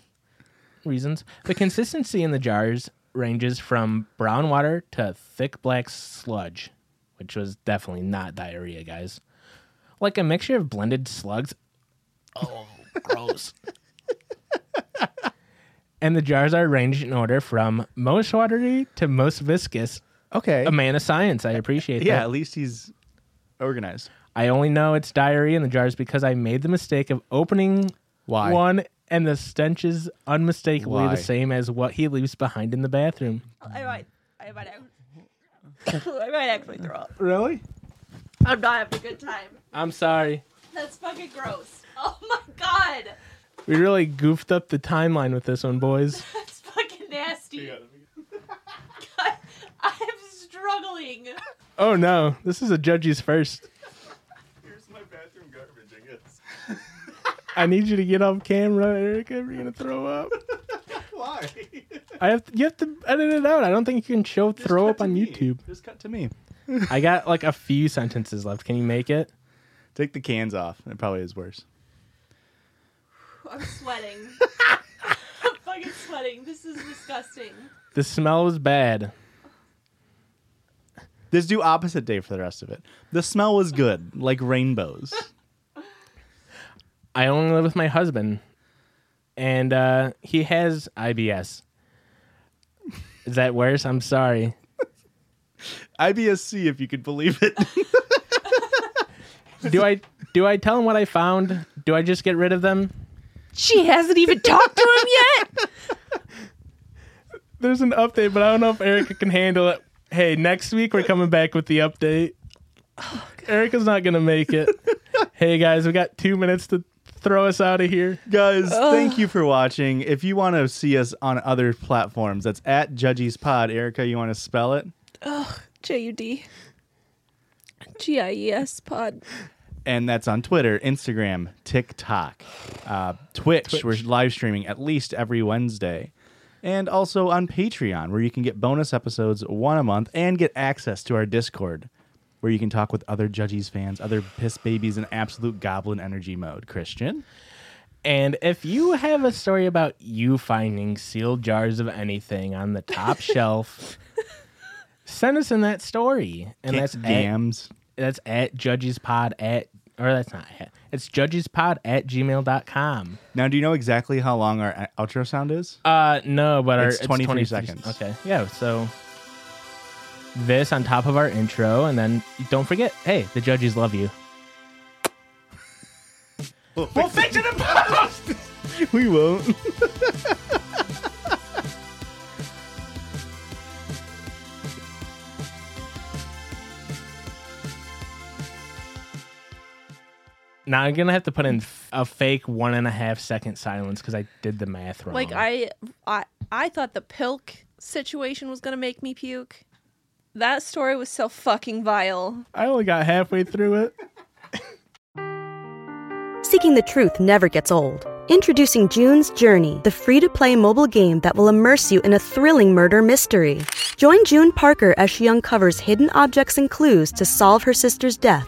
Speaker 3: reasons. The consistency in the jars ranges from brown water to thick black sludge, which was definitely not diarrhea, guys. Like a mixture of blended slugs. Oh, gross. and the jars are arranged in order from most watery to most viscous.
Speaker 1: Okay.
Speaker 3: A man of science. I appreciate
Speaker 1: yeah.
Speaker 3: that.
Speaker 1: At least he's organized.
Speaker 3: I only know it's diarrhea in the jars because I made the mistake of opening
Speaker 1: Why?
Speaker 3: one and the stench is unmistakably
Speaker 1: Why?
Speaker 3: the same as what he leaves behind in the bathroom.
Speaker 2: I might. I might. [coughs] I might actually throw up.
Speaker 3: Really?
Speaker 2: I'm not having a good time.
Speaker 3: I'm sorry.
Speaker 2: That's fucking gross. Oh my god.
Speaker 3: We really goofed up the timeline with this one, boys.
Speaker 2: That's fucking nasty. God, I'm struggling.
Speaker 3: Oh no, this is a judge's first.
Speaker 1: Here's my bathroom garbage. I guess.
Speaker 3: I need you to get off camera, Erica. We're gonna throw up.
Speaker 1: Why?
Speaker 3: I have you have to edit it out. I don't think you can show throw up on YouTube.
Speaker 1: Just cut to me.
Speaker 3: I got like a few sentences left. Can you make it?
Speaker 1: Take the cans off. It probably is worse.
Speaker 2: I'm sweating. I'm fucking sweating. This is disgusting.
Speaker 3: The smell was bad.
Speaker 1: Just do opposite day for the rest of it. The smell was good, like [laughs] rainbows.
Speaker 3: I only live with my husband, and uh, he has IBS. Is that worse? I'm sorry.
Speaker 1: IBSC, if you could believe [laughs] it.
Speaker 3: Do I do I tell him what I found? Do I just get rid of them?
Speaker 2: She hasn't even talked to him yet.
Speaker 3: There's an update, but I don't know if Erica can handle it. Hey, next week we're coming back with the update. Erica's not gonna make it. hey guys, we got two minutes to throw us out of here.
Speaker 1: Guys, thank you for watching. If you want to see us on other platforms, that's at Judgy's Pod. Erica, you want to spell it?
Speaker 2: J U D. G I E S pod.
Speaker 1: And that's on Twitter, Instagram, TikTok, uh, Twitch, We're live streaming at least every Wednesday. And also on Patreon, where you can get bonus episodes one a month and get access to our Discord, where you can talk with other Judges fans, other piss babies in absolute goblin energy mode. Christian?
Speaker 3: And if you have a story about you finding sealed jars of anything on the top shelf, send us in that story. And that's at,
Speaker 1: Gams.
Speaker 3: that's at judgespod at or that's not at it's judgespod at gmail.com.
Speaker 1: Now, do you know exactly how long our uh, outro sound is?
Speaker 3: Uh, no, but our,
Speaker 1: It's 23 seconds.
Speaker 3: Okay, yeah. So this on top of our intro, and then don't forget, hey, the judges love you.
Speaker 1: We'll fix it in post. we won't.
Speaker 3: [laughs] Now I'm gonna have to put in f- a fake one and a half second silence because I did the math wrong.
Speaker 2: Like I, I, I thought the pilk situation was gonna make me puke. That story was so fucking vile.
Speaker 3: I only got halfway through it.
Speaker 6: Seeking the truth never gets old. Introducing June's Journey, the free to play mobile game that will immerse you in a thrilling murder mystery. Join June Parker as she uncovers hidden objects and clues to solve her sister's death